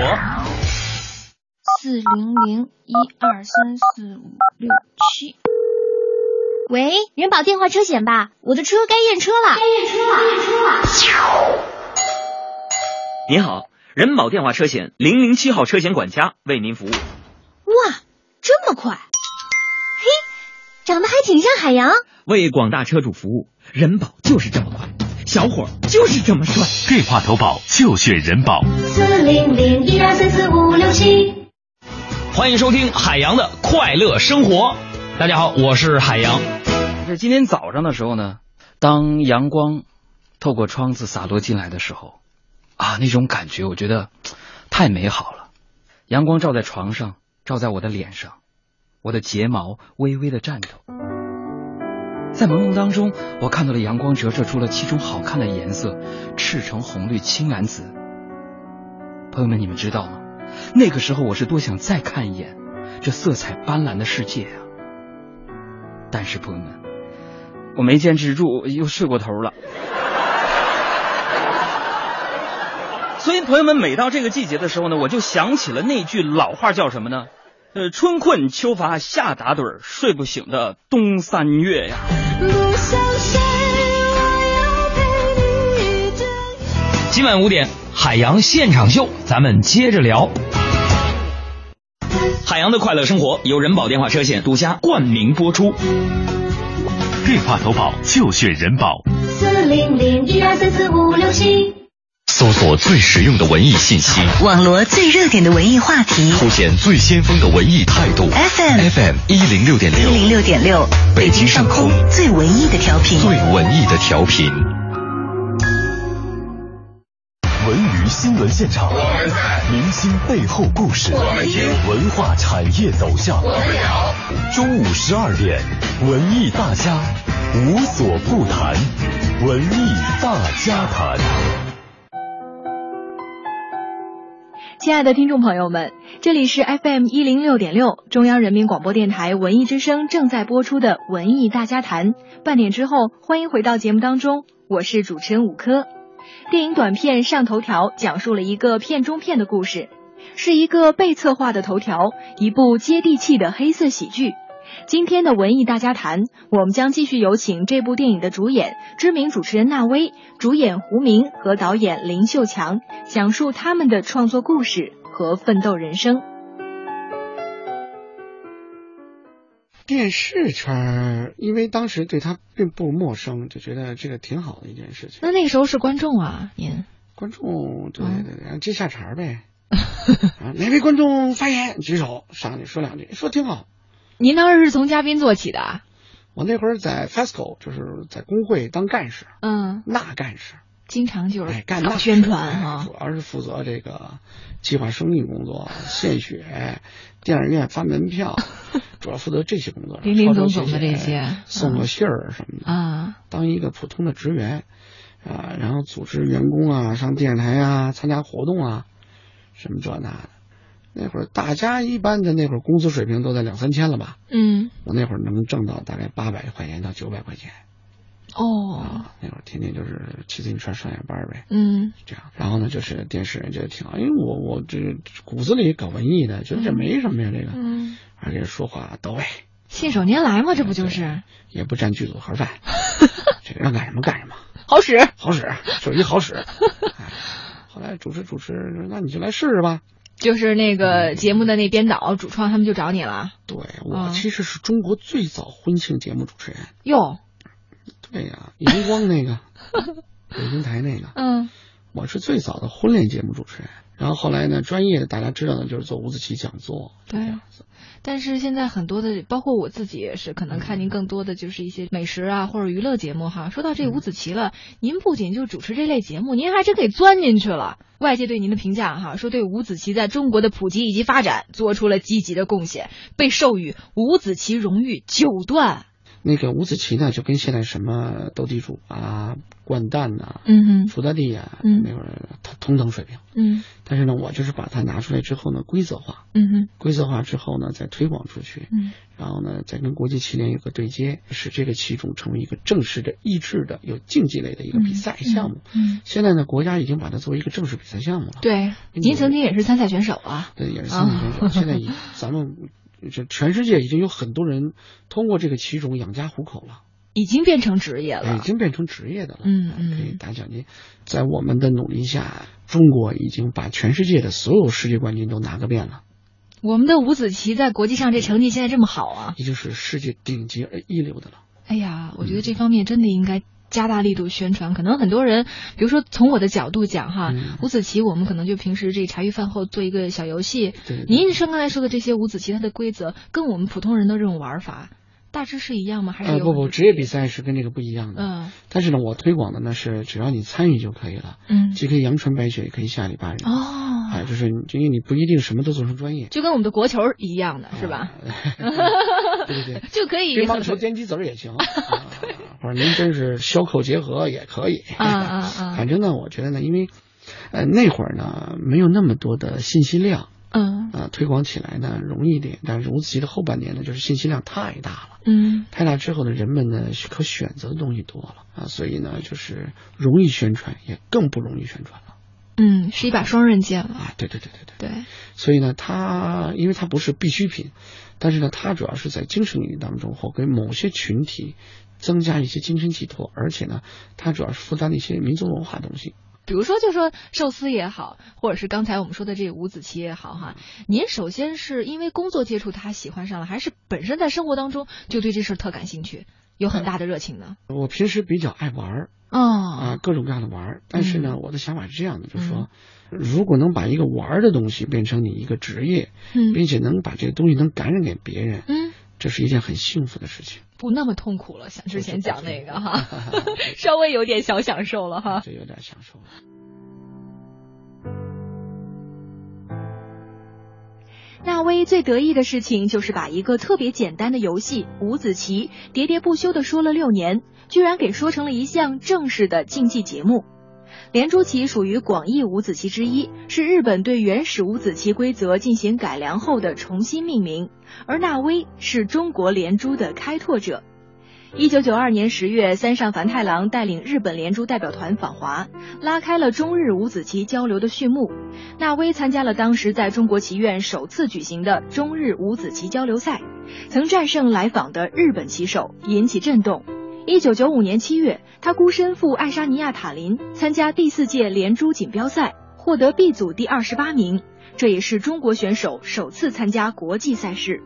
[SPEAKER 8] 四零零一二三四五六七。
[SPEAKER 5] 喂，人保电话车险吧，我的车该验车了。
[SPEAKER 7] 您好，人保电话车险零零七号车险管家为您服务。
[SPEAKER 5] 哇，这么快！嘿，长得还挺像海洋。
[SPEAKER 7] 为广大车主服务，人保就是这么快，小伙儿就是这么帅。
[SPEAKER 1] 电话投保就选人保。
[SPEAKER 5] 四零零一二三四五六七。
[SPEAKER 7] 欢迎收听海洋的快乐生活。大家好，我是海洋。
[SPEAKER 9] 这今天早上的时候呢，当阳光透过窗子洒落进来的时候，啊，那种感觉我觉得嘖太美好了。阳光照在床上，照在我的脸上，我的睫毛微微的颤抖。在朦胧当中，我看到了阳光折射出了其中好看的颜色，赤橙红绿青蓝紫。朋友们，你们知道吗？那个时候我是多想再看一眼这色彩斑斓的世界啊！但是朋友们，我没坚持住，又睡过头了。
[SPEAKER 7] 所以朋友们，每到这个季节的时候呢，我就想起了那句老话，叫什么呢？呃，春困秋乏夏打盹儿，睡不醒的冬三月呀。
[SPEAKER 5] 不相信我要陪你一整
[SPEAKER 7] 今晚五点，海洋现场秀，咱们接着聊。海洋的快乐生活由人保电话车险独家冠名播出。
[SPEAKER 1] 电话投保就选人保。
[SPEAKER 5] 四零零一二三四五六七。
[SPEAKER 1] 搜索最实用的文艺信息，
[SPEAKER 2] 网罗最热点的文艺话题
[SPEAKER 1] 凸显最先锋的文艺态度。
[SPEAKER 2] ，FM
[SPEAKER 1] FM 一零六点
[SPEAKER 2] 一零
[SPEAKER 1] 六，
[SPEAKER 2] 六点六，
[SPEAKER 1] 北京上空
[SPEAKER 2] 最文艺的调频
[SPEAKER 1] 最。文艺的调频。文娱新闻现场，我们在明星背后故事，我们听文化产业走向，我们聊。中午十二点，文艺大家无所不谈，文艺大家谈。
[SPEAKER 3] 亲爱的听众朋友们，这里是 FM 一零六点六，中央人民广播电台文艺之声正在播出的《文艺大家谈》。半点之后，欢迎回到节目当中，我是主持人五科。电影短片《上头条》讲述了一个片中片的故事，是一个被策划的头条，一部接地气的黑色喜剧，
[SPEAKER 10] 今天的文艺大家谈，我们将继续有请这部电影的主演、知名主持人纳威、主演胡明和导演林秀强，讲述他们的创作故事和奋斗人生。
[SPEAKER 4] 电视圈儿，因为当时对他并不陌生，就觉得这个挺好的一件事情。
[SPEAKER 3] 那那个时候是观众啊，您
[SPEAKER 4] 观众对对对，然后接下茬儿 呗。啊，哪位观众发言举手，上去说两句，说挺好。
[SPEAKER 3] 您当时是从嘉宾做起的啊？
[SPEAKER 4] 我那会儿在 FESCO，就是在工会当干事，
[SPEAKER 3] 嗯，
[SPEAKER 4] 那干事，
[SPEAKER 3] 经常就是
[SPEAKER 4] 哎，干
[SPEAKER 3] 搞
[SPEAKER 4] 那
[SPEAKER 3] 宣
[SPEAKER 4] 事
[SPEAKER 3] 传啊
[SPEAKER 4] 哎
[SPEAKER 3] 哈
[SPEAKER 4] 主。要是负责这个计划生育工 作、献血、电影院发门票，主要负责这些工作，
[SPEAKER 3] 林林
[SPEAKER 4] 超度
[SPEAKER 3] 总总
[SPEAKER 4] 血
[SPEAKER 3] 的这
[SPEAKER 4] 血
[SPEAKER 3] 些
[SPEAKER 4] 送
[SPEAKER 3] 嗯
[SPEAKER 4] 个信儿什么的
[SPEAKER 3] 啊，
[SPEAKER 4] 当一个普通的职员啊，然后组织员工啊上电视台啊参加活动啊，什么这那的。那会儿大家一般的那会儿工资水平都在两三千了吧，
[SPEAKER 3] 嗯，
[SPEAKER 4] 我那会儿能挣到大概八百块钱到九百块钱
[SPEAKER 3] 哦，
[SPEAKER 4] 啊，那会儿天天就是骑自行车上下班呗。
[SPEAKER 3] 嗯
[SPEAKER 4] 这样。然后呢，就是电视人觉得挺好，因为我我这骨子里搞文艺的，觉得这没什么呀，这个，
[SPEAKER 3] 嗯，
[SPEAKER 4] 而且说话到位，
[SPEAKER 3] 信手拈来嘛，这不就是
[SPEAKER 4] 对也不占剧组盒 饭，这个让干什么干什么，
[SPEAKER 3] 好使？
[SPEAKER 4] 好使，手机好使。哎后来主持主持，说那你就来试试吧。
[SPEAKER 3] 就是那个节目的那编导、主创他们就找你了。
[SPEAKER 4] 对
[SPEAKER 3] 啊
[SPEAKER 4] 我其实是中国最早婚庆节目主持人，
[SPEAKER 3] 哟，
[SPEAKER 4] 对呀、阳光那 个，北京台那个，
[SPEAKER 3] 嗯
[SPEAKER 4] 我是最早的婚恋节目主持人。然后后来呢，专业的大家知道的就是做五子棋讲座，就
[SPEAKER 3] 对
[SPEAKER 4] 这样子。
[SPEAKER 3] 但是现在很多的，包括我自己也是，可能看您更多的就是一些美食啊或者娱乐节目哈。说到这吴子琪了，您不仅就主持这类节目，您还真给钻进去了。外界对您的评价哈，说对吴子琪在中国的普及以及发展做出了积极的贡献，被授予吴子琪荣誉九段。
[SPEAKER 4] 那个五子棋呢，就跟现在什么斗地主啊、掼蛋呐、
[SPEAKER 3] 嗯
[SPEAKER 4] 伏大帝啊，
[SPEAKER 3] 嗯
[SPEAKER 4] 那会儿它同等水平。
[SPEAKER 3] 嗯
[SPEAKER 4] 但是呢，我就是把它拿出来之后呢，规则化，
[SPEAKER 3] 嗯
[SPEAKER 4] 规则化之后呢，再推广出去，
[SPEAKER 3] 嗯
[SPEAKER 4] 然后呢，再跟国际棋联有个对接，使这个棋种成为一个正式的、益智的、有竞技类的一个比赛项目。
[SPEAKER 3] 嗯，
[SPEAKER 4] 现在呢，国家已经把它作为一个正式比赛项目了。
[SPEAKER 3] 对，您曾经也是参赛选手啊。
[SPEAKER 4] 对，也是三
[SPEAKER 3] 啊
[SPEAKER 4] 级选手。现在已咱们这全世界已经有很多人通过这个棋种养家糊口了。
[SPEAKER 3] 已经变成职业
[SPEAKER 4] 哎已
[SPEAKER 3] 了，
[SPEAKER 4] 经变成职业的了，
[SPEAKER 3] 嗯
[SPEAKER 4] 啊
[SPEAKER 3] 嗯
[SPEAKER 4] 可以打奖金。在我们的努力下，中国已经把全世界的所有世界冠军都拿个遍
[SPEAKER 3] 嗯
[SPEAKER 4] 了，
[SPEAKER 3] 我们的吴子琪在国际上这成绩现在这么好啊！
[SPEAKER 4] 已经是世界顶级而一流的了。
[SPEAKER 3] 哎
[SPEAKER 4] 嗯
[SPEAKER 3] 呀，我觉得这方面真的应该加大力度宣传。可能很多人，比如说从我的角度讲哈，
[SPEAKER 4] 嗯
[SPEAKER 3] 吴子棋我们可能就平时这茶余饭后做一个小游戏。
[SPEAKER 4] 对对对
[SPEAKER 3] 您刚才说的这些吴子棋它的规则，跟我们普通人的这种玩法大致是一样吗？还是有、
[SPEAKER 4] 呃，不不，职业比？赛是跟这个不一样的。
[SPEAKER 3] 嗯
[SPEAKER 4] 但是呢，我推广的呢是只要你参与就可以了，
[SPEAKER 3] 嗯
[SPEAKER 4] 既可以阳春白雪，也可以下里巴人。
[SPEAKER 3] 哦，
[SPEAKER 4] 哎，就是你因为你不一定什么都做成专业，啊
[SPEAKER 3] 就跟我们的国球一样的是 吧？
[SPEAKER 4] 对对对。
[SPEAKER 3] 就可以
[SPEAKER 4] 乒乓球颠鸡子儿也 行，啊或者您真是消扣结合也可以。
[SPEAKER 3] 啊啊啊
[SPEAKER 4] 反正呢，我觉得呢，因为呃那会儿呢没有那么多的信息量
[SPEAKER 3] 嗯
[SPEAKER 4] 啊、呃推广起来呢容易一点。但是吴子棋的后半年呢，就是信息量太大了，
[SPEAKER 3] 嗯
[SPEAKER 4] 太大之后呢，人们呢可选择的东西多了啊，所以呢就是容易宣传，也更不容易宣传了
[SPEAKER 3] 嗯，是一把双刃剑了。
[SPEAKER 4] 啊。对对对对对。
[SPEAKER 3] 对，
[SPEAKER 4] 所以呢，它因为它不是必需品，但是呢，它主要是在精神领域当中或给某些群体增加一些精神寄托，而且呢，它主要是负担了一些民族文化东西。
[SPEAKER 3] 比如说，就说寿司也好，或者是刚才我们说的这个五子棋也好，哈，您首先是因为工作接触他喜欢上了，还是本身在生活当中就对这事儿特感兴趣，有很大的热情呢？
[SPEAKER 4] 我平时比较爱玩儿
[SPEAKER 3] 哦，
[SPEAKER 4] 啊，各种各样的玩儿，但是呢，我的想法是这样的，就是说，如果能把一个玩儿的东西变成你一个职业，
[SPEAKER 3] 嗯
[SPEAKER 4] 并且能把这个东西能感染给别人，
[SPEAKER 3] 嗯，
[SPEAKER 4] 这是一件很幸福的事情。
[SPEAKER 3] 不那么痛苦了，像之前讲那个哈，稍微有点小享受了
[SPEAKER 11] 啊
[SPEAKER 3] 哈。
[SPEAKER 4] 这有点享受了。
[SPEAKER 10] 纳威最得意的事情就是把一个特别简单的游戏五子棋喋喋不休地说了六年，居然给说成了一项正式的竞技节目。连珠棋属于广义五子棋之一，是日本对原始五子棋规则进行改良后的重新命名，而纳威是中国连珠的开拓者。
[SPEAKER 3] 一九九二年十月，三上繁太郎带领日本连珠代表团访华，拉开了中日五子棋交流的序幕。纳威参加了当时在中国棋院首次举行的中日五子棋交流赛，曾战胜来访的日本棋手，引起震动。一九九五年七月，他孤身赴爱沙尼亚塔林参加第四届连珠锦标赛，获得 B 组第二十八名，这也是中国选手首次参加国际赛事。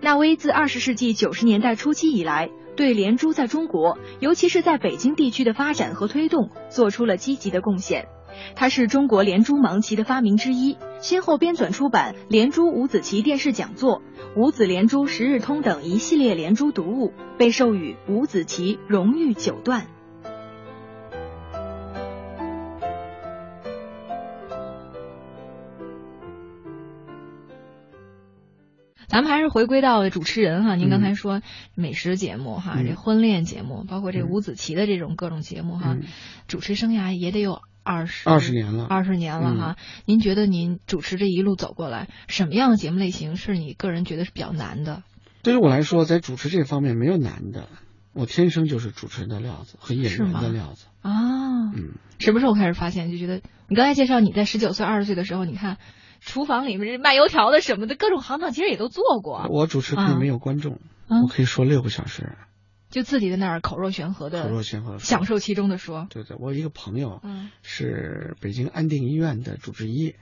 [SPEAKER 3] 纳威自二十世纪九十年代初期以来，对连珠在中国，尤其是在北京地区的发展和推动，做出了积极的贡献。他是中国连珠盲棋的发明之一，先后编纂出版《连珠五子棋电视讲座》《五子连珠十日通》等一系列连珠读物，被授予“五子棋荣誉九段”。
[SPEAKER 11] 咱们还是回归到主持人哈，您刚才说美食节目哈，
[SPEAKER 4] 嗯
[SPEAKER 11] 这婚恋节目，包括这五子棋的这种各种节目哈，
[SPEAKER 4] 嗯
[SPEAKER 11] 主持生涯也得有二十
[SPEAKER 4] 20年了
[SPEAKER 11] 二十年了哈。
[SPEAKER 4] 嗯
[SPEAKER 11] 您觉得您主持这一路走过来，什么样的节目类型是你个人觉得是比较难的？
[SPEAKER 4] 对于我来说，在主持这方面没有难的，我天生就是主持人的料子和演
[SPEAKER 11] 是
[SPEAKER 4] 员
[SPEAKER 11] 吗
[SPEAKER 4] 的料子。
[SPEAKER 11] 啊，
[SPEAKER 4] 嗯，
[SPEAKER 11] 什么时候开始发现？就觉得你刚才介绍你在十九岁、二十岁的时候，你看厨房里面这卖油条的什么的各种行当，其实也都做过，
[SPEAKER 4] 我主持可以没有观众，
[SPEAKER 11] 啊
[SPEAKER 4] 我可以说六个小时，
[SPEAKER 11] 就自己在那儿口若悬河的
[SPEAKER 4] 口若悬河地说
[SPEAKER 11] 享受其中的说。
[SPEAKER 4] 对对，我有一个朋友，
[SPEAKER 11] 嗯
[SPEAKER 4] 是北京安定医院的主治 医，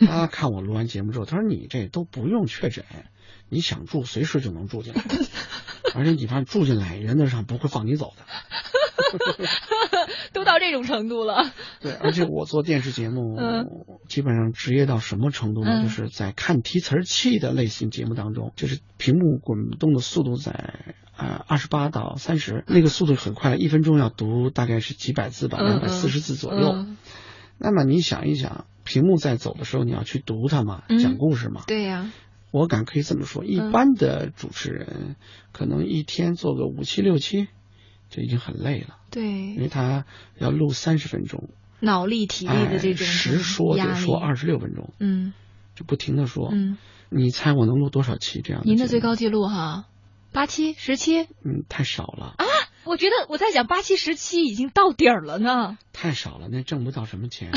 [SPEAKER 4] 他看我录完节目之后，他说你这都不用确诊，你想住随时就能住 进来，而且你发现住进来原则上不会放你走的。
[SPEAKER 11] 都到这种程度了，
[SPEAKER 4] 对，而且我做电视节目，基本上职业到什么程度呢？
[SPEAKER 11] 嗯
[SPEAKER 4] 就是在看提词儿器的类型节目当中，就是屏幕滚动的速度在呃二十八到三十，那个速度很快，一分钟要读大概是几百字吧，两
[SPEAKER 11] 嗯
[SPEAKER 4] 百四十字左右。
[SPEAKER 11] 嗯
[SPEAKER 4] 那么你想一想，屏幕在走的时候，你要去读它嘛，
[SPEAKER 11] 嗯
[SPEAKER 4] 讲故事嘛。
[SPEAKER 11] 对呀、
[SPEAKER 4] 我敢可以这么说，一般的主持人可能一天做个五期六期，就已经很累了，因
[SPEAKER 11] 对，
[SPEAKER 4] 为他要录三十分钟，
[SPEAKER 11] 脑力、体力的这
[SPEAKER 4] 哎，
[SPEAKER 11] 种
[SPEAKER 4] 实说
[SPEAKER 11] 压
[SPEAKER 4] 得
[SPEAKER 11] 力
[SPEAKER 4] 说二十六分钟，
[SPEAKER 11] 嗯
[SPEAKER 4] 就不停的说。
[SPEAKER 11] 嗯，
[SPEAKER 4] 你猜我能录多少期这样的？
[SPEAKER 11] 您的最，高记录哈，八七、十七，
[SPEAKER 4] 嗯，太少了，
[SPEAKER 11] 啊我觉得我在想八七、十七已经到底儿了呢。
[SPEAKER 4] 太少了，那挣不到什 么钱。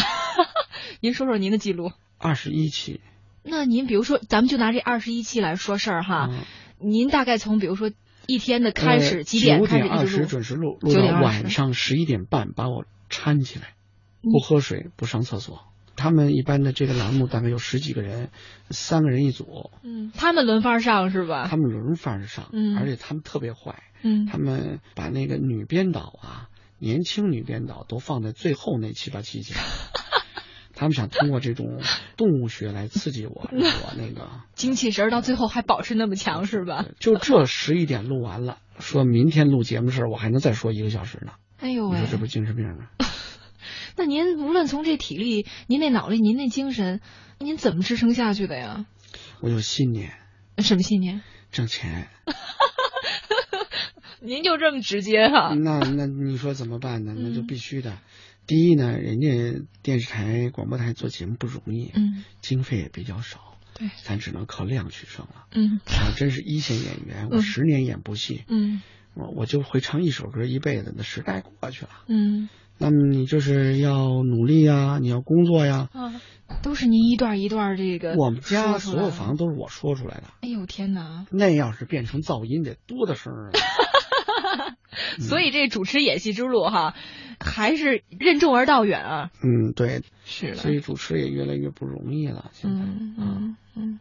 [SPEAKER 11] 您说说您的记录。
[SPEAKER 4] 二十一期，
[SPEAKER 11] 那您比如说，咱们就拿这二十一期来说事儿哈，
[SPEAKER 4] 嗯
[SPEAKER 11] 您大概从比如说一天的啊开始、
[SPEAKER 4] 呃
[SPEAKER 11] 几点
[SPEAKER 4] 9
[SPEAKER 11] 开始
[SPEAKER 4] 二
[SPEAKER 11] 一直
[SPEAKER 4] 十
[SPEAKER 11] 录？
[SPEAKER 4] 准时录，录
[SPEAKER 11] 九
[SPEAKER 4] 到
[SPEAKER 11] 点二
[SPEAKER 4] 晚
[SPEAKER 11] 十。
[SPEAKER 4] 上十一点半，把我搀起来，
[SPEAKER 11] 嗯
[SPEAKER 4] 不喝水，不上厕所。他们一般的这个栏目大概有十几个人，三个人一组，
[SPEAKER 11] 嗯，他们轮番上是吧？
[SPEAKER 4] 他们轮番上，
[SPEAKER 11] 啊嗯
[SPEAKER 4] 而且他们特别坏，
[SPEAKER 11] 嗯
[SPEAKER 4] 他们把那个女编导啊，年轻女编导都放在最后那七八期节目。 他们想通过这种动物学来刺激我，让我那个
[SPEAKER 11] 精气神儿到最后还保持那么强是吧？
[SPEAKER 4] 就这十一点录完了，说明天录节目事儿，我还能再说一个小时呢。
[SPEAKER 11] 哎呦
[SPEAKER 4] 你
[SPEAKER 11] 喂
[SPEAKER 4] 说，这不是精神病吗？
[SPEAKER 11] 那您无论从这体力、您那脑力、您那精神，您怎么支撑下去的呀？
[SPEAKER 4] 我有信念，
[SPEAKER 11] 什么信念？
[SPEAKER 4] 挣钱。
[SPEAKER 11] 您就这么直接哈、
[SPEAKER 4] 那那你说怎么办呢？那
[SPEAKER 11] 嗯
[SPEAKER 4] 就必须的。第一呢，人家电视台、广播台做节目不容易，
[SPEAKER 11] 嗯，
[SPEAKER 4] 经费也比较少，
[SPEAKER 11] 对，
[SPEAKER 4] 咱只能靠量取胜了。
[SPEAKER 11] 嗯
[SPEAKER 4] 我真是一线演员，我
[SPEAKER 11] 嗯
[SPEAKER 4] 十年演不戏，
[SPEAKER 11] 嗯
[SPEAKER 4] 我我就会唱一首歌一辈子，那时代过去了。
[SPEAKER 11] 嗯
[SPEAKER 4] 那么你就是要努力呀，你要工作呀。
[SPEAKER 11] 啊，都是您一段一段这个
[SPEAKER 4] 我们家
[SPEAKER 11] 呃说出
[SPEAKER 4] 所有
[SPEAKER 11] 来
[SPEAKER 4] 房都是我说出来的，
[SPEAKER 11] 哎呦天 哪！
[SPEAKER 4] 那要是变成噪音得多大声儿啊！
[SPEAKER 11] 所以这主持演戏之路哈，还是任重而道远啊。
[SPEAKER 4] 嗯，对，
[SPEAKER 11] 是
[SPEAKER 4] 所以主持也越来越不容易了。现在，
[SPEAKER 11] 嗯嗯嗯。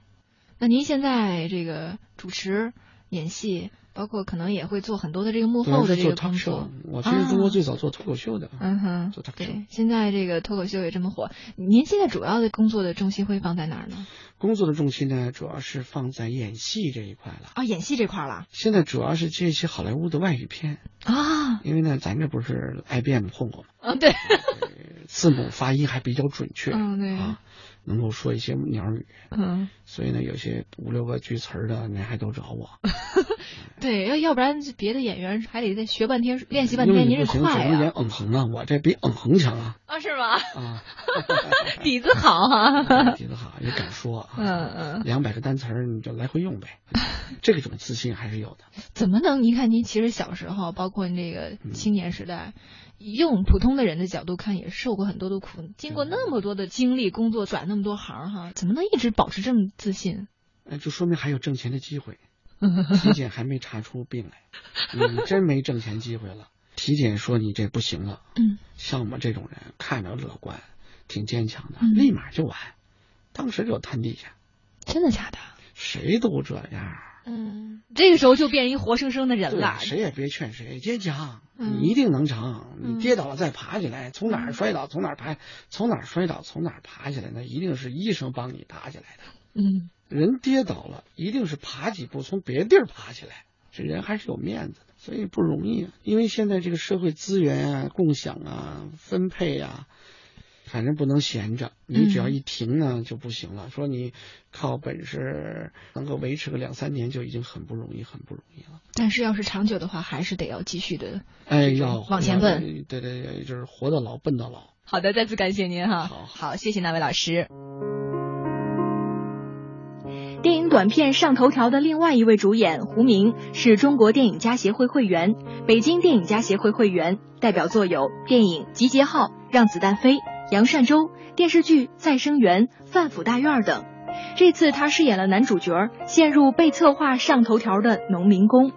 [SPEAKER 11] 那您现在这个主持、演戏，包括可能也会做很多的这个幕
[SPEAKER 4] 主
[SPEAKER 11] 后
[SPEAKER 4] 要
[SPEAKER 11] 的
[SPEAKER 4] 是
[SPEAKER 11] 这
[SPEAKER 4] 做
[SPEAKER 11] 个
[SPEAKER 4] talk
[SPEAKER 11] 工
[SPEAKER 4] show，
[SPEAKER 11] 作。
[SPEAKER 4] 我其实中国
[SPEAKER 11] 啊
[SPEAKER 4] 最早做脱口秀的，
[SPEAKER 11] 嗯哼
[SPEAKER 4] 做 talk，show
[SPEAKER 11] 对，现在这个脱口秀也这么火，您现在主要的工作的重心会放在哪儿呢？
[SPEAKER 4] 工作的重心呢，主要是放在演戏这一块了。
[SPEAKER 11] 啊，演戏这块儿了
[SPEAKER 4] 现在主要是接一些好莱坞的外语片，
[SPEAKER 11] 啊，
[SPEAKER 4] 因为呢，咱这不是 IBM 混过嘛，
[SPEAKER 11] 啊对，
[SPEAKER 4] 字母发音还比较准确，
[SPEAKER 11] 嗯对
[SPEAKER 4] 啊，能够说一些鸟语，
[SPEAKER 11] 嗯，
[SPEAKER 3] 哦
[SPEAKER 4] 所以呢，有些五六个句词儿的，人还都找我。
[SPEAKER 11] 对，
[SPEAKER 3] 对，要要不然别的演员还得再学半天，练习半天，
[SPEAKER 4] 英语不
[SPEAKER 3] 您这
[SPEAKER 4] 行，
[SPEAKER 3] 快啊
[SPEAKER 4] 只能
[SPEAKER 3] 呀、
[SPEAKER 4] 演嗯哼了，我这比嗯哼强啊，
[SPEAKER 3] 啊，是 吗？
[SPEAKER 4] 啊，
[SPEAKER 3] 底子好啊哈、
[SPEAKER 4] 底子好，也敢说啊。
[SPEAKER 3] 嗯嗯，
[SPEAKER 4] 两百个单词儿你就来回用呗，这种自信还是有的。
[SPEAKER 3] 怎么能？您看，您其实小时候，包括您这个
[SPEAKER 4] 嗯
[SPEAKER 3] 青年时代，用普通的人的角度看，也受过很多的苦，
[SPEAKER 4] 嗯
[SPEAKER 3] 经过那么多的经历，工作转那么多行哈，怎么能一直保持这么自信？
[SPEAKER 4] 呃，就说明还有挣钱的机 会，体检还没查出病来，你真没挣钱机会了。体检说你这不行了，
[SPEAKER 3] 嗯，
[SPEAKER 4] 像我们这种人看着乐观，挺坚强的，
[SPEAKER 3] 嗯
[SPEAKER 4] 立马就完，当时就瘫地下，
[SPEAKER 3] 真的假的？
[SPEAKER 4] 谁都这样。
[SPEAKER 3] 嗯，这个时候就变一活生生的人
[SPEAKER 4] 对
[SPEAKER 3] 了。
[SPEAKER 4] 谁也别劝谁，坚强，
[SPEAKER 3] 嗯
[SPEAKER 4] 你一定能成。
[SPEAKER 3] 嗯
[SPEAKER 4] 你跌倒了再爬起来，从哪儿摔倒从哪儿爬，从哪儿摔倒从哪儿爬起来，那一定是医生帮你爬起来的。
[SPEAKER 3] 嗯，
[SPEAKER 4] 人跌倒了，一定是爬几步从别地儿爬起来，这人还是有面子的，所以不容易啊。因为现在这个社会资源啊、共享啊、分配啊，反正不能闲着。你只要一停呢就不行了。说你靠本事能够维持个两三年就已经很不容易，很不容易了。
[SPEAKER 3] 但是要是长久的话，还是得要继续的。
[SPEAKER 4] 哎，要
[SPEAKER 3] 往前奔，
[SPEAKER 4] 要对对对，就是活到老，笨到老。
[SPEAKER 3] 好的，再次感谢您哈。
[SPEAKER 4] 好
[SPEAKER 3] 谢谢那位老师。
[SPEAKER 12] 电影短片上头条的另外一位主演胡明是中国电影家协会会员，北京电影家协会会员，代表作有电影《集结号》《让子弹飞》《杨善洲》电视剧《再生缘》《范府大院》等。这次他饰演了男主角，陷入被策划上头条的农民工。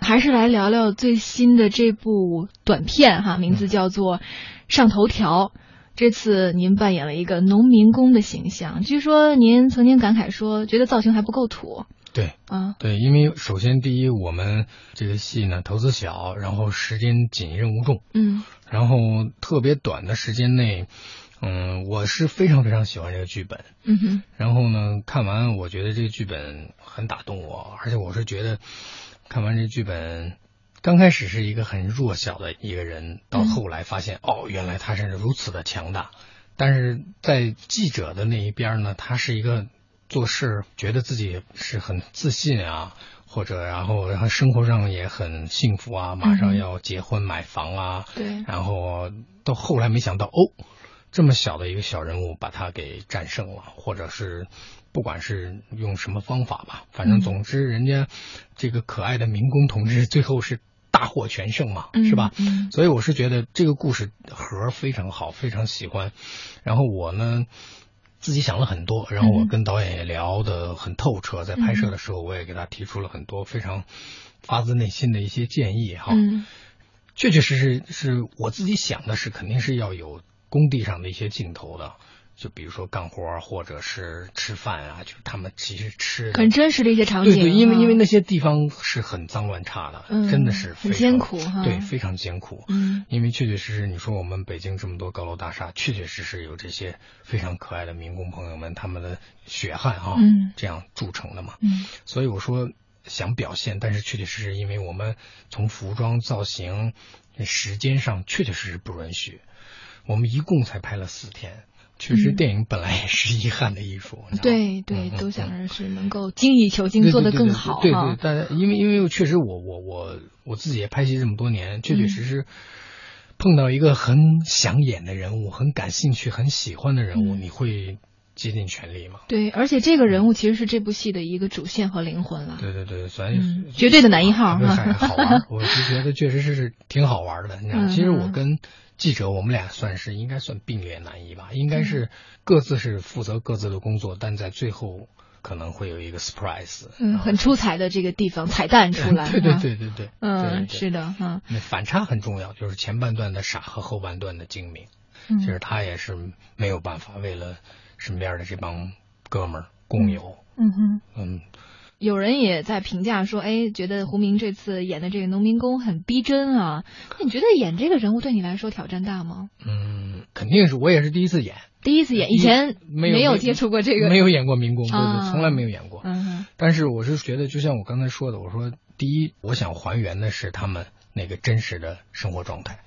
[SPEAKER 3] 还是来聊聊最新的这部短片
[SPEAKER 13] 嗯
[SPEAKER 3] 哈，名字叫做《上头条》。这次您扮演了一个农民工的形象，据说您曾经感慨说，觉得造型还不够土
[SPEAKER 13] 对
[SPEAKER 3] 啊。
[SPEAKER 13] 对，因为首先第一，我们这个戏呢投资小，然后时间紧，任务重，
[SPEAKER 3] 嗯
[SPEAKER 13] 然后特别短的时间内，嗯，我是非常非常喜欢这个剧本。
[SPEAKER 3] 嗯哼，
[SPEAKER 13] 然后呢，看完我觉得这个剧本很打动我，而且我是觉得看完这剧本，刚开始是一个很弱小的一个人，到后来发现、哦，原来他是如此的强大。但是在记者的那一边呢，他是一个做事觉得自己是很自信啊，或者然后然后生活上也很幸福啊，马上
[SPEAKER 3] 嗯
[SPEAKER 13] 要结婚买房啊，
[SPEAKER 3] 对
[SPEAKER 13] 然后到后来没想到哦，这么小的一个小人物把他给战胜了，或者是不管是用什么方法吧，反正
[SPEAKER 3] 嗯
[SPEAKER 13] 总之人家这个可爱的民工同志最后是大获全胜嘛，是吧？
[SPEAKER 3] 嗯
[SPEAKER 13] 所以我是觉得这个故事盒儿非常好，非常喜欢。然后我呢。自己想了很多，然后我
[SPEAKER 3] 嗯
[SPEAKER 13] 跟导演也聊得很透彻，在拍摄的时候，我也给他提出了很多非常发自内心的一些建议哈。
[SPEAKER 3] 嗯
[SPEAKER 13] 确确实实是我自己想的是，肯定是要有工地上的一些镜头的，就比如说干活儿或者是吃饭啊，就是他们其实吃的
[SPEAKER 3] 很真实的一些场景。
[SPEAKER 13] 对对，因为
[SPEAKER 3] 哈
[SPEAKER 13] 因为那些地方是很脏乱差的，
[SPEAKER 3] 啊嗯
[SPEAKER 13] 真的是
[SPEAKER 3] 很
[SPEAKER 13] 非常
[SPEAKER 3] 艰苦哈
[SPEAKER 13] 对，非常艰苦。
[SPEAKER 3] 嗯
[SPEAKER 13] 因为确确实实，你说我们北京这么多高楼大厦，确确实实有这些非常可爱的民工朋友们，他们的血汗啊，
[SPEAKER 3] 嗯
[SPEAKER 13] 这样铸成的嘛。
[SPEAKER 3] 嗯
[SPEAKER 13] 所以我说想表现，但是确确实实，因为我们从服装造型、时间上确确实实不允许。我们一共才拍了四天，确实
[SPEAKER 3] 嗯
[SPEAKER 13] 电影本来也是遗憾的艺术。你知道吗
[SPEAKER 3] 对对
[SPEAKER 13] 嗯，嗯
[SPEAKER 3] 都
[SPEAKER 13] 嗯
[SPEAKER 3] 想着是能够精益求精，
[SPEAKER 13] 对
[SPEAKER 3] 做得
[SPEAKER 13] 对对
[SPEAKER 3] 更
[SPEAKER 13] 对
[SPEAKER 3] 好
[SPEAKER 13] 对
[SPEAKER 3] 哈
[SPEAKER 13] 对，。但是因为因为确实我我我我自己也拍戏这么多年，确确
[SPEAKER 3] 嗯
[SPEAKER 13] 实实碰到一个很想演的人物，很感兴趣、很喜欢的人物，
[SPEAKER 3] 嗯
[SPEAKER 13] 你会竭尽全力吗？
[SPEAKER 3] 对，而且这个人物其实是这部戏的一个主线和灵魂了。
[SPEAKER 13] 对哎对对， 所以、
[SPEAKER 3] 嗯，绝对的男一号
[SPEAKER 13] 不是
[SPEAKER 3] 哈。
[SPEAKER 13] 好玩儿，我就觉得确实是挺好玩儿的。你知道，
[SPEAKER 3] 嗯
[SPEAKER 13] 其实我跟记者，我们俩算是应该算并列男一吧，应
[SPEAKER 3] 嗯
[SPEAKER 13] 该是各自是负责各自的工作，但在最后可能会有一个 surprise。
[SPEAKER 3] 嗯，很出彩的这个地方彩蛋出 来。
[SPEAKER 13] 对对
[SPEAKER 3] 哈
[SPEAKER 13] 对对对，对对
[SPEAKER 3] 嗯，是的，嗯
[SPEAKER 13] 那反差很重要，就是前半段的傻和后半段的精明。
[SPEAKER 3] 嗯
[SPEAKER 13] 其实他也是没有办法，为了身边的这帮哥们儿共友，
[SPEAKER 3] 嗯哼，
[SPEAKER 13] 嗯，
[SPEAKER 3] 有人也在评价说，哎，觉得胡明这次演的这个农民工很逼真啊。那你觉得演这个人物对你来说挑战大吗？
[SPEAKER 13] 嗯，肯定是我也是第一次演，
[SPEAKER 3] 第一次演，以前
[SPEAKER 13] 没
[SPEAKER 3] 有接触过这个，
[SPEAKER 13] 没有演过民工，对
[SPEAKER 3] 啊
[SPEAKER 13] 对，从来没有演过。
[SPEAKER 3] 嗯哼，
[SPEAKER 13] 但是我是觉得，就像我刚才说的，我说第一，我想还原的是他们那个真实的生活状态。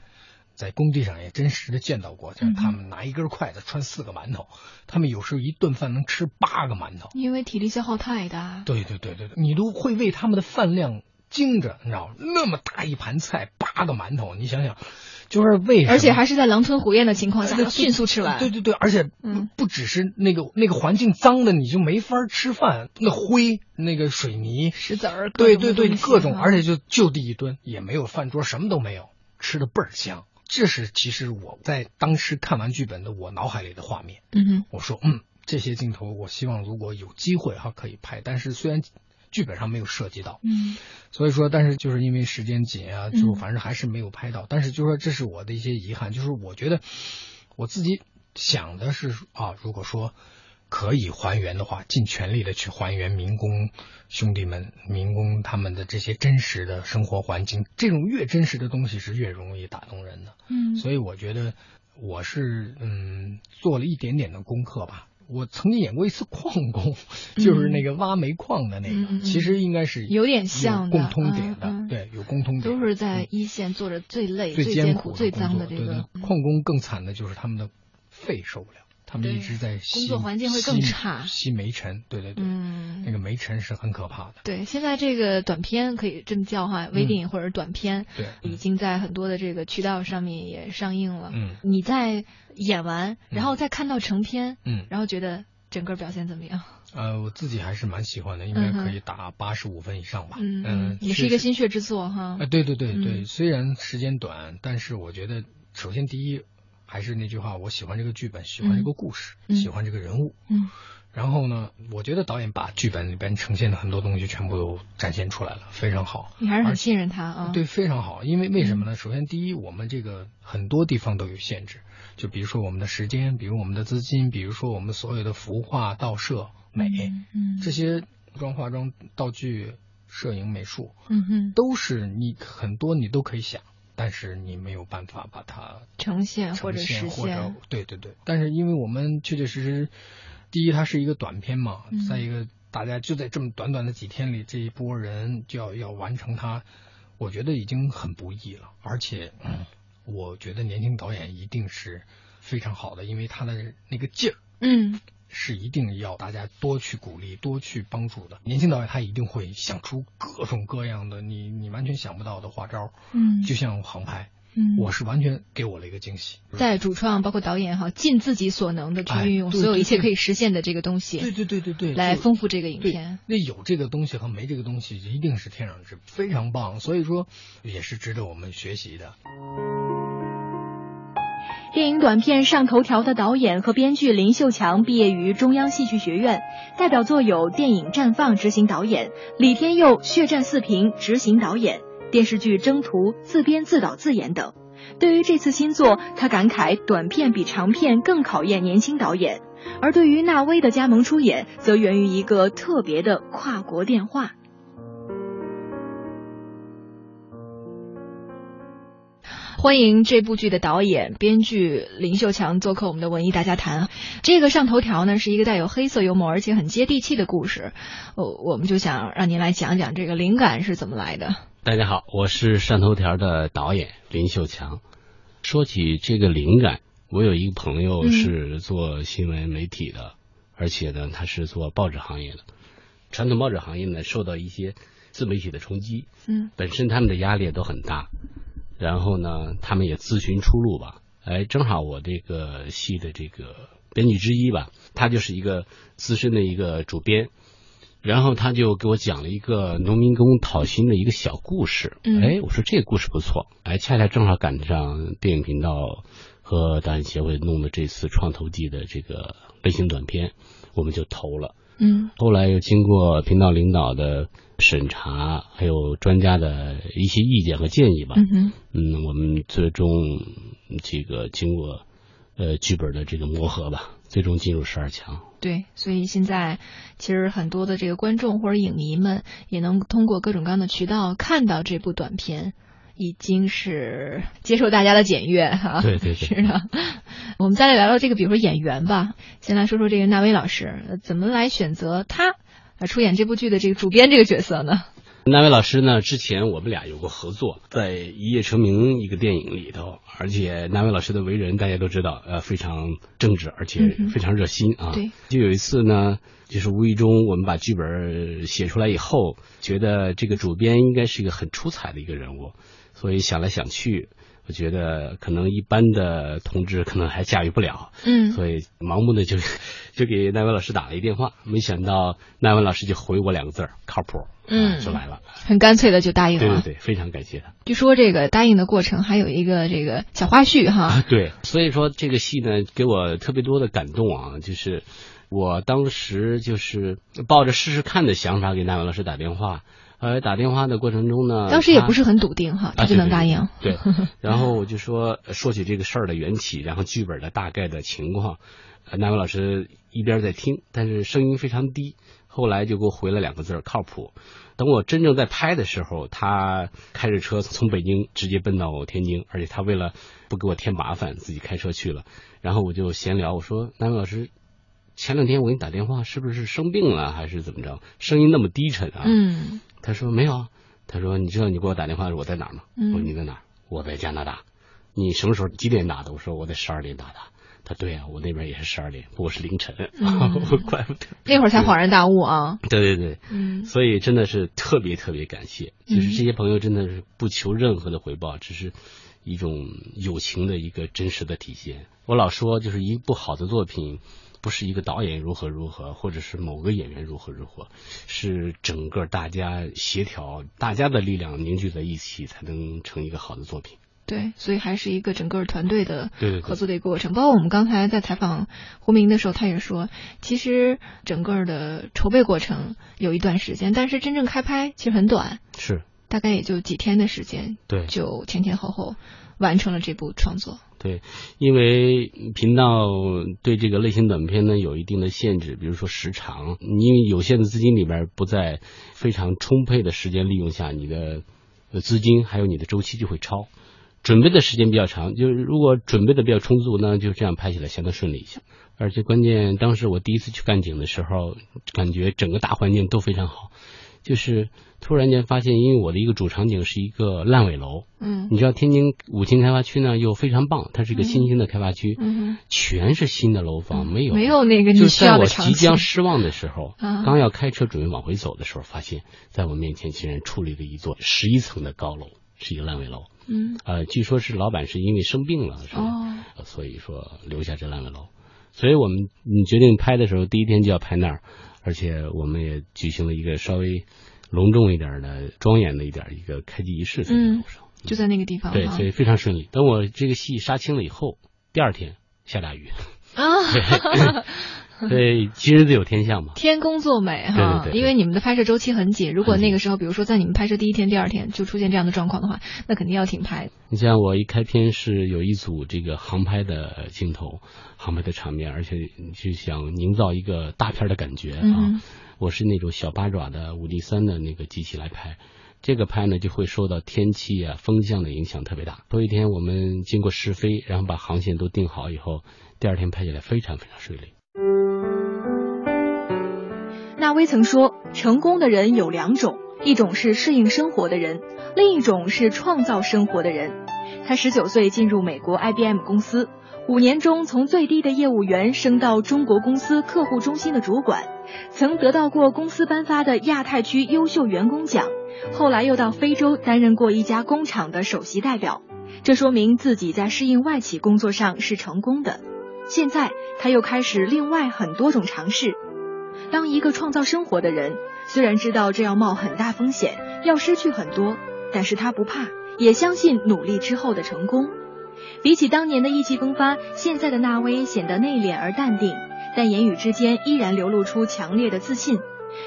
[SPEAKER 13] 在工地上也真实的见到过，
[SPEAKER 3] 嗯
[SPEAKER 13] 就是他们拿一根筷子穿四个馒头，他们有时候一顿饭能吃八个馒头。
[SPEAKER 11] 因为体力消耗太大。
[SPEAKER 13] 对对对对对，你都会为他们的饭量惊着，你知道吗？那么大一盘菜，八个馒头，你想想，就是 为什么？
[SPEAKER 11] 而且还是在狼吞虎咽的情况下
[SPEAKER 13] 对对
[SPEAKER 11] 迅速吃完。嗯
[SPEAKER 13] 对对对，而且不不只是那个那个环境脏的，你就没法吃饭，那灰、那个水泥、
[SPEAKER 11] 石子儿，
[SPEAKER 13] 对
[SPEAKER 11] 各种
[SPEAKER 13] 对对，
[SPEAKER 11] 东西
[SPEAKER 13] 各种，
[SPEAKER 11] 啊
[SPEAKER 13] 而且就就地一蹲，也没有饭桌，什么都没有，吃的倍儿香。这是其实我在当时看完剧本的我脑海里的画面。
[SPEAKER 11] 嗯哼，
[SPEAKER 13] 我说，嗯，这些镜头我希望如果有机会哈可以拍，但是虽然剧本上没有涉及到，
[SPEAKER 11] 嗯，
[SPEAKER 13] 所以说，但是就是因为时间紧啊，就
[SPEAKER 11] 嗯
[SPEAKER 13] 反正还是没有拍到。但是就说这是我的一些遗憾，就是我觉得我自己想的是啊，如果说可以还原的话，尽全力的去还原民工兄弟们、民工他们的这些真实的生活环境，这种越真实的东西是越容易打动人的。
[SPEAKER 11] 嗯
[SPEAKER 13] 所以我觉得我是嗯做了一点点的功课吧。我曾经演过一次矿 工，就是那个挖煤矿的那个，
[SPEAKER 11] 嗯嗯嗯
[SPEAKER 13] 其实应该是
[SPEAKER 11] 有点像的
[SPEAKER 13] 共通点的，
[SPEAKER 11] 嗯嗯
[SPEAKER 13] 对，有共通点，
[SPEAKER 11] 都是在一线做着最累、
[SPEAKER 13] 最
[SPEAKER 11] 艰
[SPEAKER 13] 苦
[SPEAKER 11] 苦、
[SPEAKER 13] 的
[SPEAKER 11] 最
[SPEAKER 13] 工
[SPEAKER 11] 脏
[SPEAKER 13] 作
[SPEAKER 11] 的这
[SPEAKER 13] 对
[SPEAKER 11] 个嗯
[SPEAKER 13] 对矿工更惨的就是他们的肺受不了，他们
[SPEAKER 11] 对
[SPEAKER 13] 一直在吸
[SPEAKER 11] 工作环境会更
[SPEAKER 13] 吸
[SPEAKER 11] 差
[SPEAKER 13] 吸煤尘，对对对，
[SPEAKER 11] 嗯
[SPEAKER 13] 那个煤尘是很可怕的，
[SPEAKER 11] 对，现在这个短片可以这么叫哈，微电影或者是短片，
[SPEAKER 13] 对
[SPEAKER 11] 已经在很多的这个渠道上面也上映了。
[SPEAKER 13] 嗯
[SPEAKER 11] 你在演完，然后再看到成片，
[SPEAKER 13] 嗯
[SPEAKER 11] 然后觉得整个表现怎么样？
[SPEAKER 13] 呃，我自己还是蛮喜欢的，应该
[SPEAKER 11] 嗯哼
[SPEAKER 13] 可以打八十五分以上吧，
[SPEAKER 11] 嗯，
[SPEAKER 13] 嗯，
[SPEAKER 11] 也是
[SPEAKER 13] 确
[SPEAKER 11] 一个
[SPEAKER 13] 实
[SPEAKER 11] 心血之作哈。
[SPEAKER 13] 啊，对对对对，
[SPEAKER 11] 嗯
[SPEAKER 13] 虽然时间短，但是我觉得，首先第一还是那句话，我喜欢这个剧本，喜欢这个故事，
[SPEAKER 11] 嗯
[SPEAKER 13] 喜欢这个人物。
[SPEAKER 11] 嗯。
[SPEAKER 13] 然后呢，我觉得导演把剧本里边呈现的很多东西全部都展现出来了，非常好。
[SPEAKER 11] 你还是很信任他啊。嗯
[SPEAKER 13] 对，非常好。因为为什么呢？首先，第一，我们这个很多地方都有限制，就比如说我们的时间，比如我们的资金，比如说我们所有的服化、道设、美、
[SPEAKER 11] 嗯
[SPEAKER 13] 这些服装、化妆、道具、摄影、美术，
[SPEAKER 11] 嗯哼，
[SPEAKER 13] 都是你很多你都可以想，但是你没有办法把它
[SPEAKER 11] 呈现哎或
[SPEAKER 13] 呈
[SPEAKER 11] 者实
[SPEAKER 13] 现或者
[SPEAKER 11] 现，
[SPEAKER 13] 对对对。但是因为我们确确实实，第一它是一个短片嘛，
[SPEAKER 11] 嗯
[SPEAKER 13] 再一个大家就在这么短短的几天里，这一波人就要要完成它，我觉得已经很不易了。而且、嗯我觉得年轻导演一定是非常好的，因为他的那个劲儿
[SPEAKER 11] 嗯，
[SPEAKER 13] 是一定要大家多去鼓励、多去帮助的。年轻导演他一定会想出各种各样的你你完全想不到的花招，
[SPEAKER 11] 嗯
[SPEAKER 13] 就像航拍，
[SPEAKER 11] 嗯
[SPEAKER 13] 我是完全给我了一个惊喜。
[SPEAKER 11] 在主创包括导演哈，尽自己所能的去
[SPEAKER 13] 哎
[SPEAKER 11] 运用
[SPEAKER 13] 对
[SPEAKER 11] 所有
[SPEAKER 13] 对
[SPEAKER 11] 一切
[SPEAKER 13] 对
[SPEAKER 11] 可以实现的这个东西，
[SPEAKER 13] 对对对对对，
[SPEAKER 11] 来
[SPEAKER 13] 就
[SPEAKER 11] 丰富这个影片。
[SPEAKER 13] 对。那有这个东西和没这个东西一定是天壤之别，非常棒。所以说也是值得我们学习的。
[SPEAKER 3] 电影短片《上头条》的导演和编剧林秀强毕业于中央戏剧学院，代表作有电影《绽放》执行导演，李天佑《血战四平》执行导演，电视剧《征途》自编自导自演等。对于这次新作，他感慨短片比长片更考验年轻导演，而对于纳威的加盟出演，则源于一个特别的跨国电话。
[SPEAKER 11] 欢迎这部剧的导演、编剧林秀强做客我们的文艺大家谈。啊这个上头条呢是一个带有黑色幽默而且很接地气的故事，我我们就想让您来讲讲这个灵感是怎么来的。
[SPEAKER 14] 大家好，我是上头条的导演林秀强。说起这个灵感，我有一个朋友
[SPEAKER 15] 嗯
[SPEAKER 14] 是做新闻媒体的，而且呢，他是做报纸行业的。传统报纸行业呢，受到一些自媒体的冲击，
[SPEAKER 11] 嗯
[SPEAKER 14] 本身他们的压力也都很大，然后呢，他们也咨询出路吧。哎，正好我这个戏的这个编剧之一吧，他就是一个资深的一个主编，然后他就给我讲了一个农民工讨薪的一个小故事。
[SPEAKER 15] 嗯
[SPEAKER 14] 哎，我说这个故事不错，哎，恰恰正好赶上电影频道和导演协会弄的这次创投季的这个类型短片，我们就投了。
[SPEAKER 11] 嗯
[SPEAKER 14] 后来又经过频道领导的审查，还有专家的一些意见和建议吧，
[SPEAKER 11] 嗯哼
[SPEAKER 14] 嗯，我们最终嗯这个经过呃剧本的这个磨合吧，最终进入十二强。
[SPEAKER 11] 对，所以现在其实很多的这个观众或者影迷们也能通过各种各样的渠道看到这部短片，已经是接受大家的检阅哈、
[SPEAKER 14] 对
[SPEAKER 11] 啊
[SPEAKER 14] 对对
[SPEAKER 11] 是的。我们再来聊聊这个，比如说演员吧，先来说说这个纳威老师呃怎么来选择他呃出演这部剧的这个主编这个角色呢？
[SPEAKER 14] 那位老师呢？之前我们俩有过合作，在《一夜成名》一个电影里头，而且那位老师的为人大家都知道，呃，非常正直，而且
[SPEAKER 15] 嗯哼
[SPEAKER 14] 非常热心啊。
[SPEAKER 15] 对
[SPEAKER 14] 就有一次呢，就是无意中我们把剧本写出来以后，觉得这个主编应该是一个很出彩的一个人物，所以想来想去，我觉得可能一般的同志可能还驾驭不了，
[SPEAKER 15] 嗯
[SPEAKER 14] 所以盲目的就 就给奈文老师打了一电话，没想到奈文老师就回我两个字儿靠谱，
[SPEAKER 11] 嗯
[SPEAKER 14] 就来了，
[SPEAKER 11] 很干脆的就答应
[SPEAKER 14] 对
[SPEAKER 11] 了。
[SPEAKER 14] 对对，非常感谢 他。
[SPEAKER 11] 据说这个答应的过程还有一个这个小花絮哈，
[SPEAKER 14] 对，所以说这个戏呢，给我特别多的感动啊，就是我当时就是抱着试试看的想法给奈文老师打电话，呃，打电话的过程中呢，
[SPEAKER 11] 当时也不
[SPEAKER 14] 他
[SPEAKER 11] 是很笃定哈，他
[SPEAKER 14] 啊
[SPEAKER 11] 就
[SPEAKER 14] 对
[SPEAKER 11] 能
[SPEAKER 14] 对
[SPEAKER 11] 答应。
[SPEAKER 14] 对， 然后我就说呃说起这个事儿的缘起，然后剧本的大概的情况。呃那位老师一边在听，但是声音非常低。后来就给我回了两个字儿：靠谱。等我真正在拍的时候，他开着车从北京直接奔到天津，而且他为了不给我添麻烦，自己开车去了。然后我就闲聊，我说：“那位老师，前两天我给你打电话，是不是生病了，还是怎么着？声音那么低沉啊？”
[SPEAKER 15] 嗯
[SPEAKER 14] 他说没有啊，他说你知道你给我打电话我在哪儿吗？
[SPEAKER 15] 嗯
[SPEAKER 14] 我说你在哪儿？我在加拿大。你什么时候几点打的？我说我在十二点打的。他对啊，我那边也是十二点，不过是凌晨，
[SPEAKER 11] 嗯
[SPEAKER 14] 我怪不得。
[SPEAKER 11] 那会儿才恍然大悟啊。
[SPEAKER 14] 对对对，
[SPEAKER 11] 嗯
[SPEAKER 14] 所以真的是特别特别感谢，就是这些朋友真的是不求任何的回报，只是一种友情的一个真实的体现。我老说，就是一部好的作品，不是一个导演如何如何，或者是某个演员如何如何，是整个大家协调，大家的力量凝聚在一起，才能成一个好的作品。
[SPEAKER 11] 对，所以还是一个整个团队的
[SPEAKER 14] 对对对
[SPEAKER 11] 合作的一个过程。包括我们刚才在采访胡明的时候，他也说，其实整个的筹备过程有一段时间，但是真正开拍其实很短，
[SPEAKER 14] 是
[SPEAKER 11] 大概也就几天的时间，
[SPEAKER 14] 对
[SPEAKER 11] 就前前后后完成了这部创作。
[SPEAKER 14] 对，因为频道对这个类型短片呢有一定的限制，比如说时长，你因为有限的资金里边不在非常充沛的时间利用下，你的呃资金还有你的周期就会超。准备的时间比较长，就是如果准备的比较充足呢，就这样拍起来相对顺利一些。而且关键，当时我第一次去干景的时候，感觉整个大环境都非常好，就是突然间发现，因为我的一个主场景是一个烂尾楼，
[SPEAKER 15] 嗯
[SPEAKER 14] 你知道天津五轻开发区呢又非常棒，它是一
[SPEAKER 15] 嗯
[SPEAKER 14] 个新兴的开发区，
[SPEAKER 15] 嗯哼嗯
[SPEAKER 14] 全是新的楼房，没有
[SPEAKER 15] 没有那个你
[SPEAKER 14] 就
[SPEAKER 15] 需要
[SPEAKER 14] 在
[SPEAKER 15] 的
[SPEAKER 14] 我
[SPEAKER 15] 场
[SPEAKER 14] 即将
[SPEAKER 15] 景
[SPEAKER 14] 失望的时候，
[SPEAKER 15] 啊
[SPEAKER 14] 刚要开车准备往回走的时候，发现在我面前竟然矗立了一座十一层的高楼，是一个烂尾楼。
[SPEAKER 15] 嗯
[SPEAKER 14] 呃，据说是老板是因为生病了，是吧？
[SPEAKER 15] 哦
[SPEAKER 14] 呃所以说留下这烂尾楼。所以我们嗯决定拍的时候，第一天就要拍那儿，而且我们也举行了一个稍微隆重一点儿的、庄严的一点儿一个开机仪式。
[SPEAKER 11] 嗯，就在那个地
[SPEAKER 15] 啊
[SPEAKER 11] 方
[SPEAKER 14] 对，
[SPEAKER 11] 哈
[SPEAKER 14] 所以非常顺利。等我这个戏杀青了以后，第二天 下大雨，
[SPEAKER 11] 啊。
[SPEAKER 14] 对，今日自有天相嘛。
[SPEAKER 11] 天公作美哈，
[SPEAKER 14] 对对对
[SPEAKER 11] 因为你们的拍摄周期很紧，如果那个时候，比如说在你们拍摄第一天、第二天就出现这样的状况的话，那肯定要停拍。
[SPEAKER 14] 你像我一开篇是有一组这个航拍的镜头，航拍的场面，而且就想营造一个大片儿的感觉啊。
[SPEAKER 15] 嗯哼
[SPEAKER 14] 我是那种小八爪的五 D 三的那个机器来拍，这个拍呢就会受到天气啊、风向的影响特别大。头一天我们经过试飞，然后把航线都定好以后，第二天拍起来非常非常顺利。
[SPEAKER 3] 纳威曾说，成功的人有两种，一种是适应生活的人，另一种是创造生活的人。他十九岁进入美国 IBM 公司，五年中从最低的业务员升到中国公司客户中心的主管，曾得到过公司颁发的亚太区优秀员工奖，后来又到非洲担任过一家工厂的首席代表。这说明自己在适应外企工作上是成功的。现在他又开始另外很多种尝试，当一个创造生活的人，虽然知道这要冒很大风险，要失去很多，但是他不怕，也相信努力之后的成功。比起当年的意气风发，现在的纳威显得内敛而淡定，但言语之间依然流露出强烈的自信。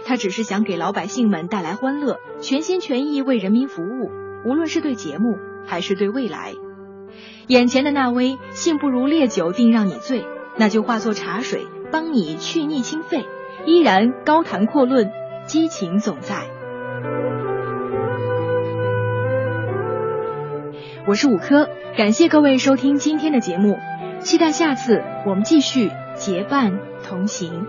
[SPEAKER 3] 他只是想给老百姓们带来欢乐，全心全意为人民服务，无论是对节目还是对未来。眼前的那威，幸不如烈酒定让你醉，那就化作茶水，帮你去腻清肺，依然高谈阔论，激情总在。我是五科，感谢各位收听今天的节目，期待下次我们继续结伴同行。